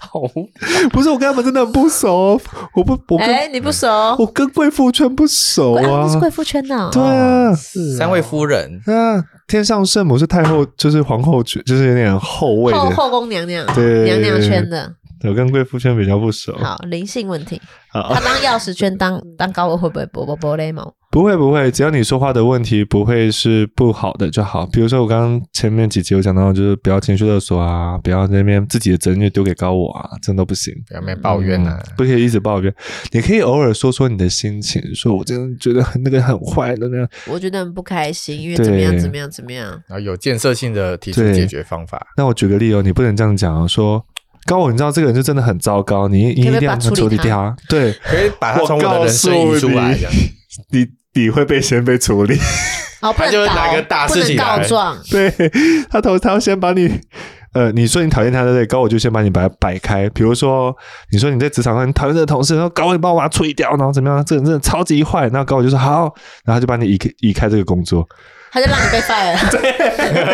好无
不是，我跟他们真的很不熟，我不，我跟、
哎，你不熟，
我跟贵妇圈不熟
贵啊
啊
那是，贵妇圈呢。
对啊，
事、
三位夫人，
那、天上圣母是太后，就是皇后圈，就是有点后位的。
后后宫娘娘，
对
娘娘圈的。
我跟贵妇圈比较不熟。
好，灵性问题，
好
她当钥匙圈当当高位会不会波波波雷毛？
不会不会，只要你说话的问题不会是不好的就好。比如说我刚刚前面几集有讲到，就是不要情绪勒索啊，不要在那边自己的责任就丢给高我啊，真的不行。
表妹抱怨啊，
不可以一直抱怨，你可以偶尔说说你的心情，说我真的觉得很那个很坏的那样。
我觉得很不开心，因为怎么样
对
怎么样怎么样。
然后有建设性的提出
对
解决方法，
那我举个例哦，你不能这样讲啊，说高我你知道这个人就真的很糟糕，你你一定要
可不可以把他
处理
处理
掉。啊对，
可以把他从我的人生移出来，这样
你你会被先被处理，
哦，不
她就
能
是拿
告，
个大
不
事
能
情来
告状，
对他头他要先把你， 呃，你说你讨厌他对不对？高我就先把你摆摆开，比如说你说你在职场上你讨厌这个同事，然后高我你帮我把他处理掉，然后怎么样？这个人真的超级坏，那高我就说好，然后他就把你移开移开这个工作，
她就让你被 fire。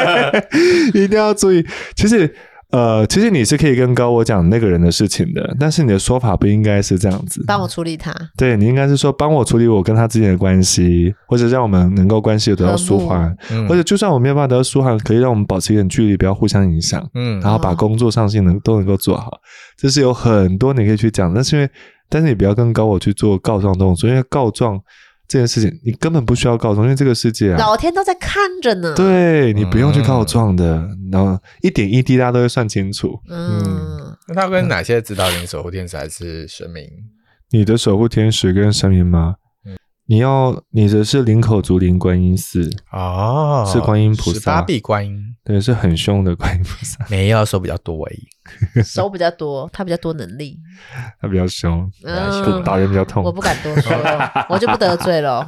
一定要注意。其实。呃，其实你是可以跟高我讲那个人的事情的，但是你的说法不应该是这样子。
帮我处理她，
对你应该是说帮我处理我跟他之间的关系，或者让我们能够关系得到舒缓，
嗯
或者就算我没有办法得到舒缓，可以让我们保持一点距离，不要互相影响，
嗯
然后把工作上性能都能够做好。这是有很多你可以去讲，但是因为但是你不要跟高我去做告状动作，因为告状这件事情你根本不需要告状，因为这个世界啊。
老天都在看着呢。
对你不用去告状的，
嗯
然后一点一滴大家都会算清楚。
嗯，
那他跟哪些指导灵、守护天使还是神明？
你的守护天使跟神明吗？
嗯
你要你的是林口竹林观音寺，
哦
是观音菩萨
十八臂观音，
对，是很凶的观音菩萨，
没有手比较多而已。
手比较多，她比较多能力。
他比较凶，
嗯，
打人比较痛
我。不敢多说，我就不得罪了。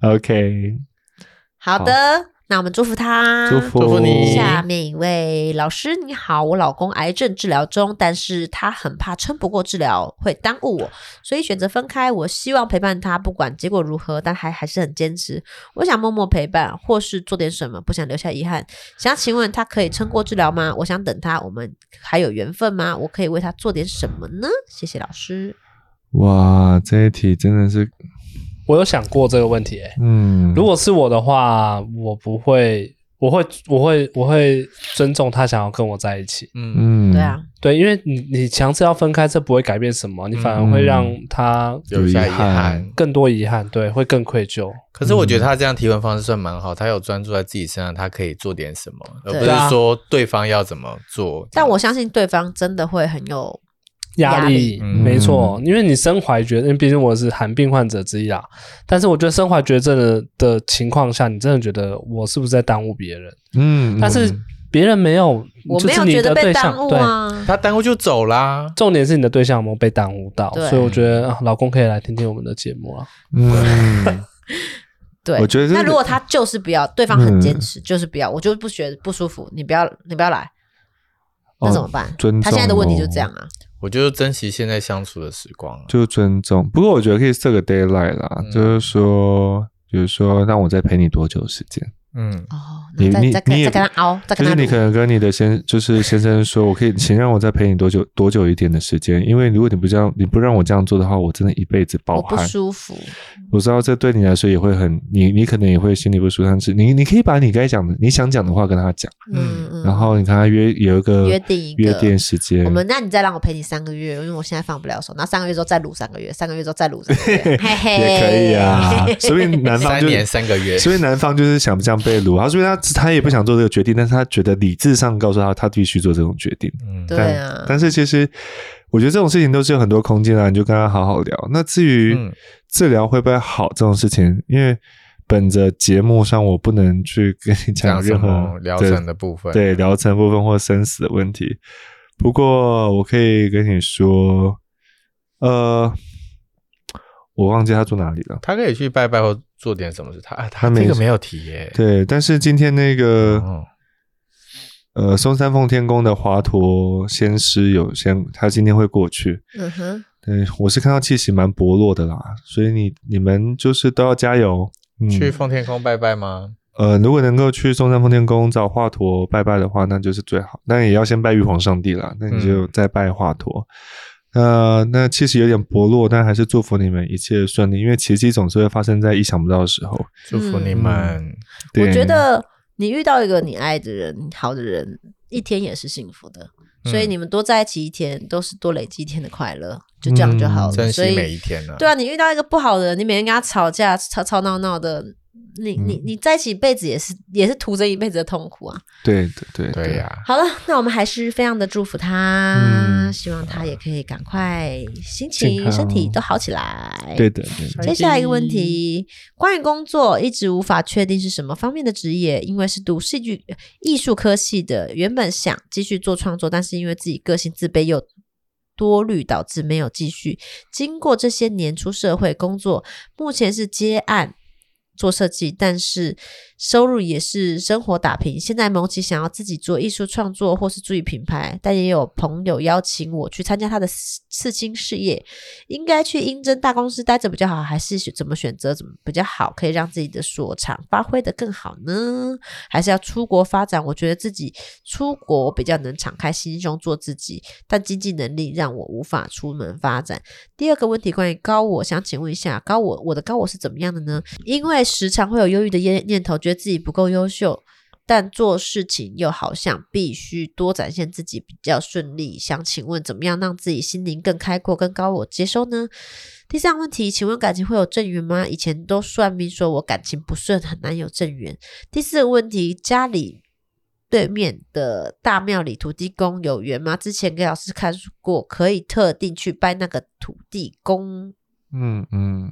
OK，
好的，那我们祝福他，
祝福
嗯祝福你
下
哦
面一位老师，你好，我老公癌症治疗中，但是他很怕撑不过治疗会耽误我，所以选择分开。我希望陪伴他，不管结果如何，但还还是很坚持。我想默默陪伴，或是做点什么，不想留下遗憾。想请问他可以撑过治疗吗？我想等他，我们还有缘分吗？我可以为他做点什么呢？谢谢老师。
哇，这一题真的是，
我有想过这个问题、欸，
嗯，
如果是我的话，我不会，我会，我会，我会尊重他想要跟我在一起。
嗯，
嗯，
对啊，，
对，因为你你强制要分开，这不会改变什么，你反而
嗯
会让他
留下遗
有遗
憾
憾。嗯
更多遗憾，对，会更愧疚。
可是我觉得他这样提问方式算蛮好，他有专注在自己身上，他可以做点什么，而
对
不
啊
是说对方要怎么做。
但我相信对方真的会很有
压
压
力
力，
嗯
没错，因为你身怀绝症，毕竟我是寒病患者之一啊。但是我觉得身怀绝症的的情况下，你真的觉得我是不是在耽误别人？
嗯，
但是别人没有，
我
就
没
是
有
你
觉
的
得被
对
耽
象
误
对。
啊。
他耽误就走啦。
重点是你的对象有没有被耽误到，
对
所以我觉得、啊老公可以来听听我们的节目啊。
嗯，
对，
我觉得这
那
个
如果他就是不要，对方很坚
嗯
持，就是不要，我就是不觉得不舒服，你不要，你不要来，
哦
那怎么办？
尊
他现在的
重
问题就
哦
这样啊，
我就珍惜现在相处的时光啊。
就尊重。不过我觉得可以设个 d a y l i g h t 啦，
嗯
就是说，比如说，让我再陪你多久时间？
嗯，
哦，
你
然后再
你
再
你
跟再
也
跟他熬，再
就
跟
是
他
你
撸
可能跟你的先，就是先生说，我可以，请让我再陪你多久多久一点的时间，因为如果你不这样，你不让我这样做的话，我真的一辈子
我
暴
不
汗。
舒服，
我知道这对你来说也会很，你你可能也会心里不舒服，但是你你可以把你该讲的、你想讲的话跟他讲，
嗯嗯，
然后你跟他约有一个
约定一个
约定时间。
我们，那你再让我陪你三个月，因为我现在放不了手。然后三个月之后再撸三个月，三个月之后再撸三个 月，嘿嘿，
也可以啊， 所以男方
三
就
年三个月，
所以男方就是想不想被掳，他说他他也不想做这个决定，但是他觉得理智上告诉他他必须做这种决定。
嗯
对
但
啊
但是其实我觉得这种事情都是有很多空间啊，你就跟他好好聊。那至于
嗯
治疗会不会好这种事情，因为本着节目上我不能去跟你讲
讲什
任
么
何
疗程的部分，
对疗程部分或生死的问题。不过我可以跟你说，呃，我忘记他住哪里了。
他可以去拜拜或做点什么事。他啊他
他没
这个没有提耶。
对，啊但是今天那个。
嗯，
呃，松山奉天宫的华佗先师有先，他今天会过去。
嗯哼，
对，我是看到气息蛮薄弱的啦，所以你你们就是都要加油。嗯，
去奉天宫拜拜吗？
呃，如果能够去松山奉天宫找华佗拜拜的话，那就是最好。那也要先拜玉皇上帝啦，那你
嗯
就再拜华佗。呃，那气息有点薄弱，但还是祝福你们一切顺利，因为奇迹总是会发生在意想不到的时候。
祝福你
嗯
们。
对
我觉得你遇到一个你爱的人、好的人，一天也是幸福的。所以
嗯
你们多在一起一天，都是多累积一天的快乐，就这样就好了。
珍
所
惜
以
每嗯一天呢、
对啊，你遇到一个不好的人，你每天跟他吵架、吵吵闹闹的，你你你在一起一辈子也是也是徒增一辈子的痛苦啊。
对对对
对呀、
好了，那我们还是非常的祝福他，
嗯
希望他也可以赶快心
健
情、
康
身体都好起来。
对的对的，
接下来一个问题，关于工作，一直无法确定是什么方面的职业，因为是读戏剧艺术科系的，原本想继续做创作，但是因为自己个性自卑又多虑，导致没有继续。经过这些年出社会工作，目前是接案。做设计，但是收入也是生活打拼。现在萌起想要自己做艺术创作，或是注意品牌，但也有朋友邀请我去参加他的刺刺青事业，应该去应征大公司待着比较好，还是选怎么选择怎么比较好，可以让自己的所长发挥的更好呢？还是要出国发展？我觉得自己出国比较能敞开心胸做自己，但经济能力让我无法出门发展。第二个问题关于高我，想请问一下高我，我的高我是怎么样的呢？因为时常会有忧郁的念念头，觉得自己不够优秀。但做事情又好像必须多展现自己比较顺利，想请问怎么样让自己心灵更开阔、更高我接收呢？第三个问题，请问感情会有正缘吗？以前都算命说我感情不顺，很难有正缘。第四个问题，家里对面的大庙里土地公有缘吗？之前给老师看过，可以特定去拜那个土地公。
嗯，嗯，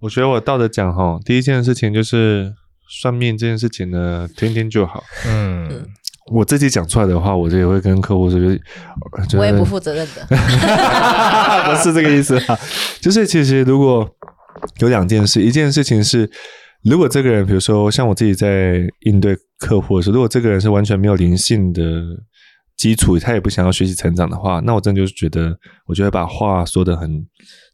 我觉得我倒着讲哈，第一件事情就是算命这件事情呢，听听就好。
嗯，
我自己讲出来的话，我也会跟客户说，就是
我也不负责任 的，
不是这个意思啊。就是其实如果有两件事，一件事情是，如果这个人，比如说像我自己在应对客户的时候，如果这个人是完全没有灵性的基础，他也不想要学习成长的话，那我真的就是觉得，我就会把话说的很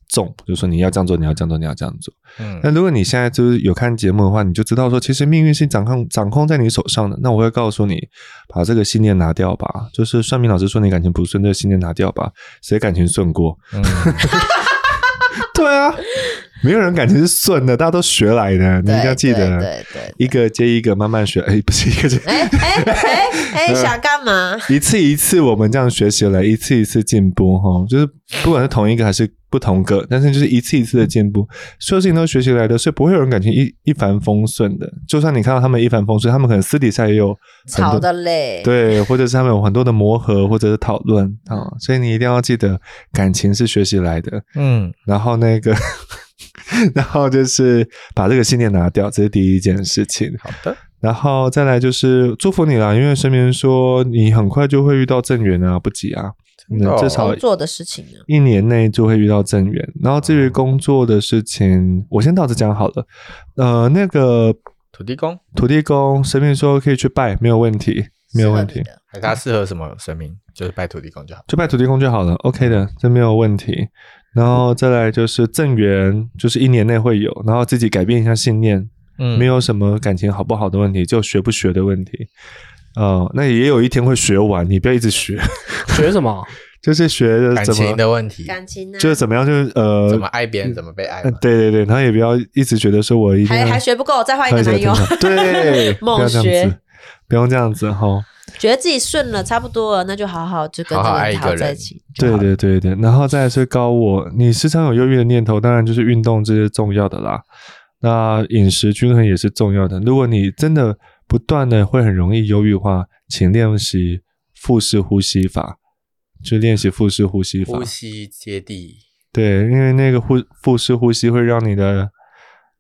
重，就是说你要这样做，你要这样做，你要这样做。
嗯
那如果你现在就是有看节目的话，你就知道说，其实命运是掌控掌控在你手上的。那我会告诉你，把这个信念拿掉吧。就是算命老师说你感情不顺，这个信念拿掉吧。谁感情顺过？
嗯，
对啊，没有人感情是顺的，大家都学来的。你一定要记
对对
得，
对对
一个接一个慢慢学。哎，不是一个接。
哎哎哎 哎，想干嘛？
一次一次，我们这样学习来，一次一次进步，哈，就是不管是同一个还是不同个，但是就是一次一次的进步，所有事情都学习来的，所以不会有人感情一一帆风顺的。就算你看到他们一帆风顺，他们可能私底下也有很
吵
多
得嘞。
对，或者是他们有很多的磨合或者是讨论啊、所以你一定要记得，感情是学习来的，
嗯，
然后那个。 然后就是把这个信念拿掉，这是第一件事情。
好的，
然后再来就是祝福你啦，因为身边说你很快就会遇到正缘啊，不急啊，
真的哦
嗯至少
工作的事情呢？
一年内就会遇到正缘。然后至于工作的事情，我先到这讲好了。呃，那个
土地公
土地公神明说可以去拜，没有问题，没有问
适合
题
你，的。
还是他适合什么神明？ 就是拜土地公就好。
就拜土地公就好了，OK 的，这没有问题。然后再来就是正缘，就是一年内会有，然后自己改变一下信念，
嗯
没有什么感情好不好的问题，就学不学的问题。哦，那也有一天会学完，你不要一直学，
学什么？
就是学
感
的怎
情
么，
的问题，
感情啊呢、
就是怎么样，就是呃，
怎么爱
嗯
别人，怎么被爱
呃
嘛。
对对对，然后也不要一直觉得说我一定
还
要
还学不够，再换一
换
个
一
男友，
个对，不
猛
要这样子
学，
不用这样子 哈。
觉得自己顺了，差不多了，那就好好就跟
好好
这
爱一
人好
个
在
人
一起。
对对对对，然后再来是高我，你时常有忧郁的念头，当然就是运动这是重要的啦。那饮食均衡也是重要的。如果你真的不断的会很容易忧郁的话，请练习腹式呼吸法，就练习腹式呼吸法
呼。吸接地，
对，因为那个呼腹式呼吸会让你的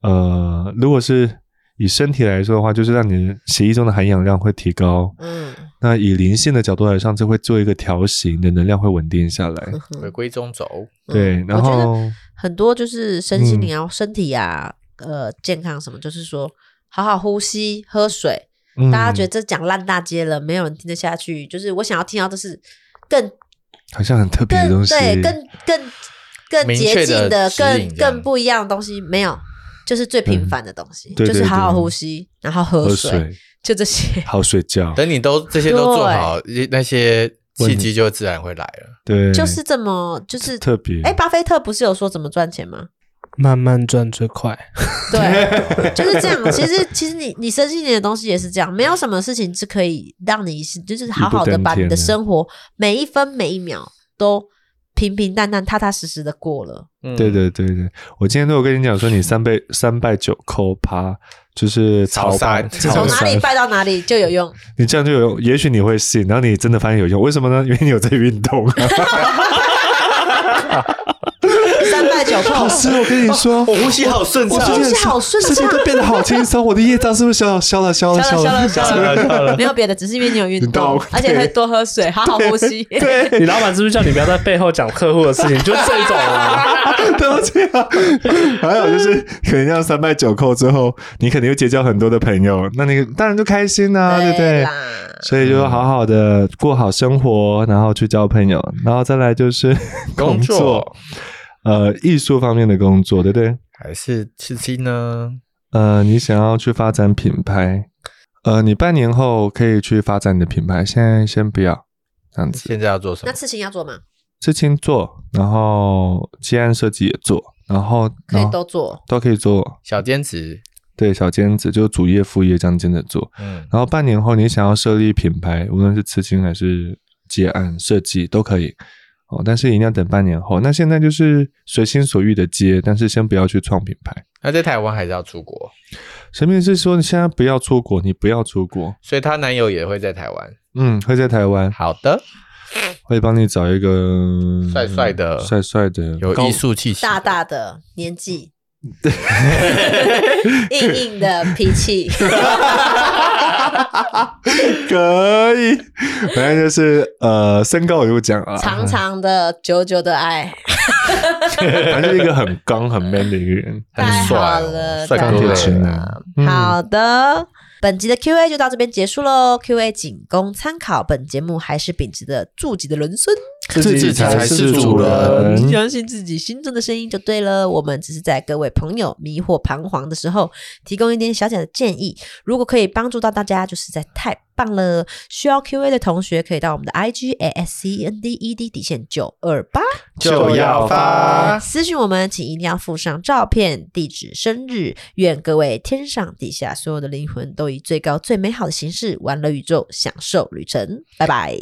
呃，如果是以身体来说的话，就是让你的血液中的含氧量会提高。
嗯，
那以灵性的角度来上，这会做一个调形，你的能量会稳定下来。
回归中轴。
对，
嗯
然
我觉得
后
很多就是身心
嗯
灵啊、身体啊、呃健康什么，就是说好好呼吸、喝水。大家觉得
得
这讲烂大街了，没有人听得下去。就是我想要听到这是更
好像很特别的
更
东西，
对更更更
明
捷
确
径
的
的、
指
更
引这样
更不一样的东西，没有，就是最平凡的东西，
嗯对
就是
对
好好
对
呼吸，然后喝
喝
水，就这些。
好睡觉，
等你都这些都做好，那些契机就自然会来了。
对，
就是这么，就是
特别。
哎，巴菲特不是有说怎么赚钱 吗？
慢慢赚最快。
对，就是这样。其实，其实你你身心灵的东西也是这样，没有什么事情是可以让你是就是好好的把你
啊
的生活每一分每一秒都平平淡淡、踏踏实实的过了。
嗯
对，对对对，我今天都有跟你讲说，你三倍三拜九叩趴，就是
朝
朝拜
山
从
朝
哪里
山，
拜到哪里就有用，
你这样就有用，也许你会信，然后你真的发现有用，为什么呢？因 为你有在运动、啊。
三拜九
老
叩。
师，我跟你说，
哦我呼吸好顺畅
哦我，最近
呼吸好顺
最近都变得好轻松，我的业障是不是消消了消了
消了
了
消了消了消了，没有别的，只是因为你有运
你懂
动，而且会多喝水，好好呼吸。对，
你老板是不是叫你不要在背后讲客户的事情？就这种啊，
对不起啊。还有就是，可能这样三拜九叩之后，你肯定会结交很多的朋友，那你当然就开心啦、啊对不对
啦？，
所以就好好的过好生活，然后去交朋友，然后再来就是
工作
作呃，艺术方面的工作，对不对？
还是刺激呢？
呃，你想要去发展品牌，呃，你半年后可以去发展你的品牌，现在先不要这样子。
现在要做什
那
么？
刺青要做吗？
事情做，然后接案设计也做，然后
可
然
以
后
都做。
都可以做，
小兼职，
对，小兼职就主业副业这样兼着做。
嗯，
然后半年后你想要设立品牌，无论是刺青还是接案设计都可以哦，但是一定要等半年后。那现在就是随心所欲的接，但是先不要去创品牌。
那在台湾还是要出国，
神明是说你现在不要出国，你不要出国，
所以她男友也会在台湾。
嗯，会在台湾，
好的，
会帮你找一个
帅帅的
帅帅的，
有
高
艺术气息，
大大的年纪，
嗯
硬硬的脾 气，
可以，反正就是呃，身高我就不讲啊，
长长的、久久的爱，
反正是一个很刚很 man 的一个人。
很
太
帅
好
哦，
了，
帅
太
钢
哥啊
铁
好
直男
了
嗯
好的，本集的 Q&A 就到这边结束喽。Q&A 仅供参考，本节目还是秉持着助己的人生，
自己才是主人
嗯
相信自己心中的声音就对了。我们只是在各位朋友迷惑彷徨的时候，提供一点小小的建议。如果可以帮助到大家，就实在太棒了。需要 Q&A 的同学可以到我们的 IG A S C N D E D 底线九二八。
就要发。
私讯我们，请一定要附上照片、地址、生日。愿各位天上地下所有的灵魂都以最高最美好的形式玩乐宇宙，享受旅程。拜拜。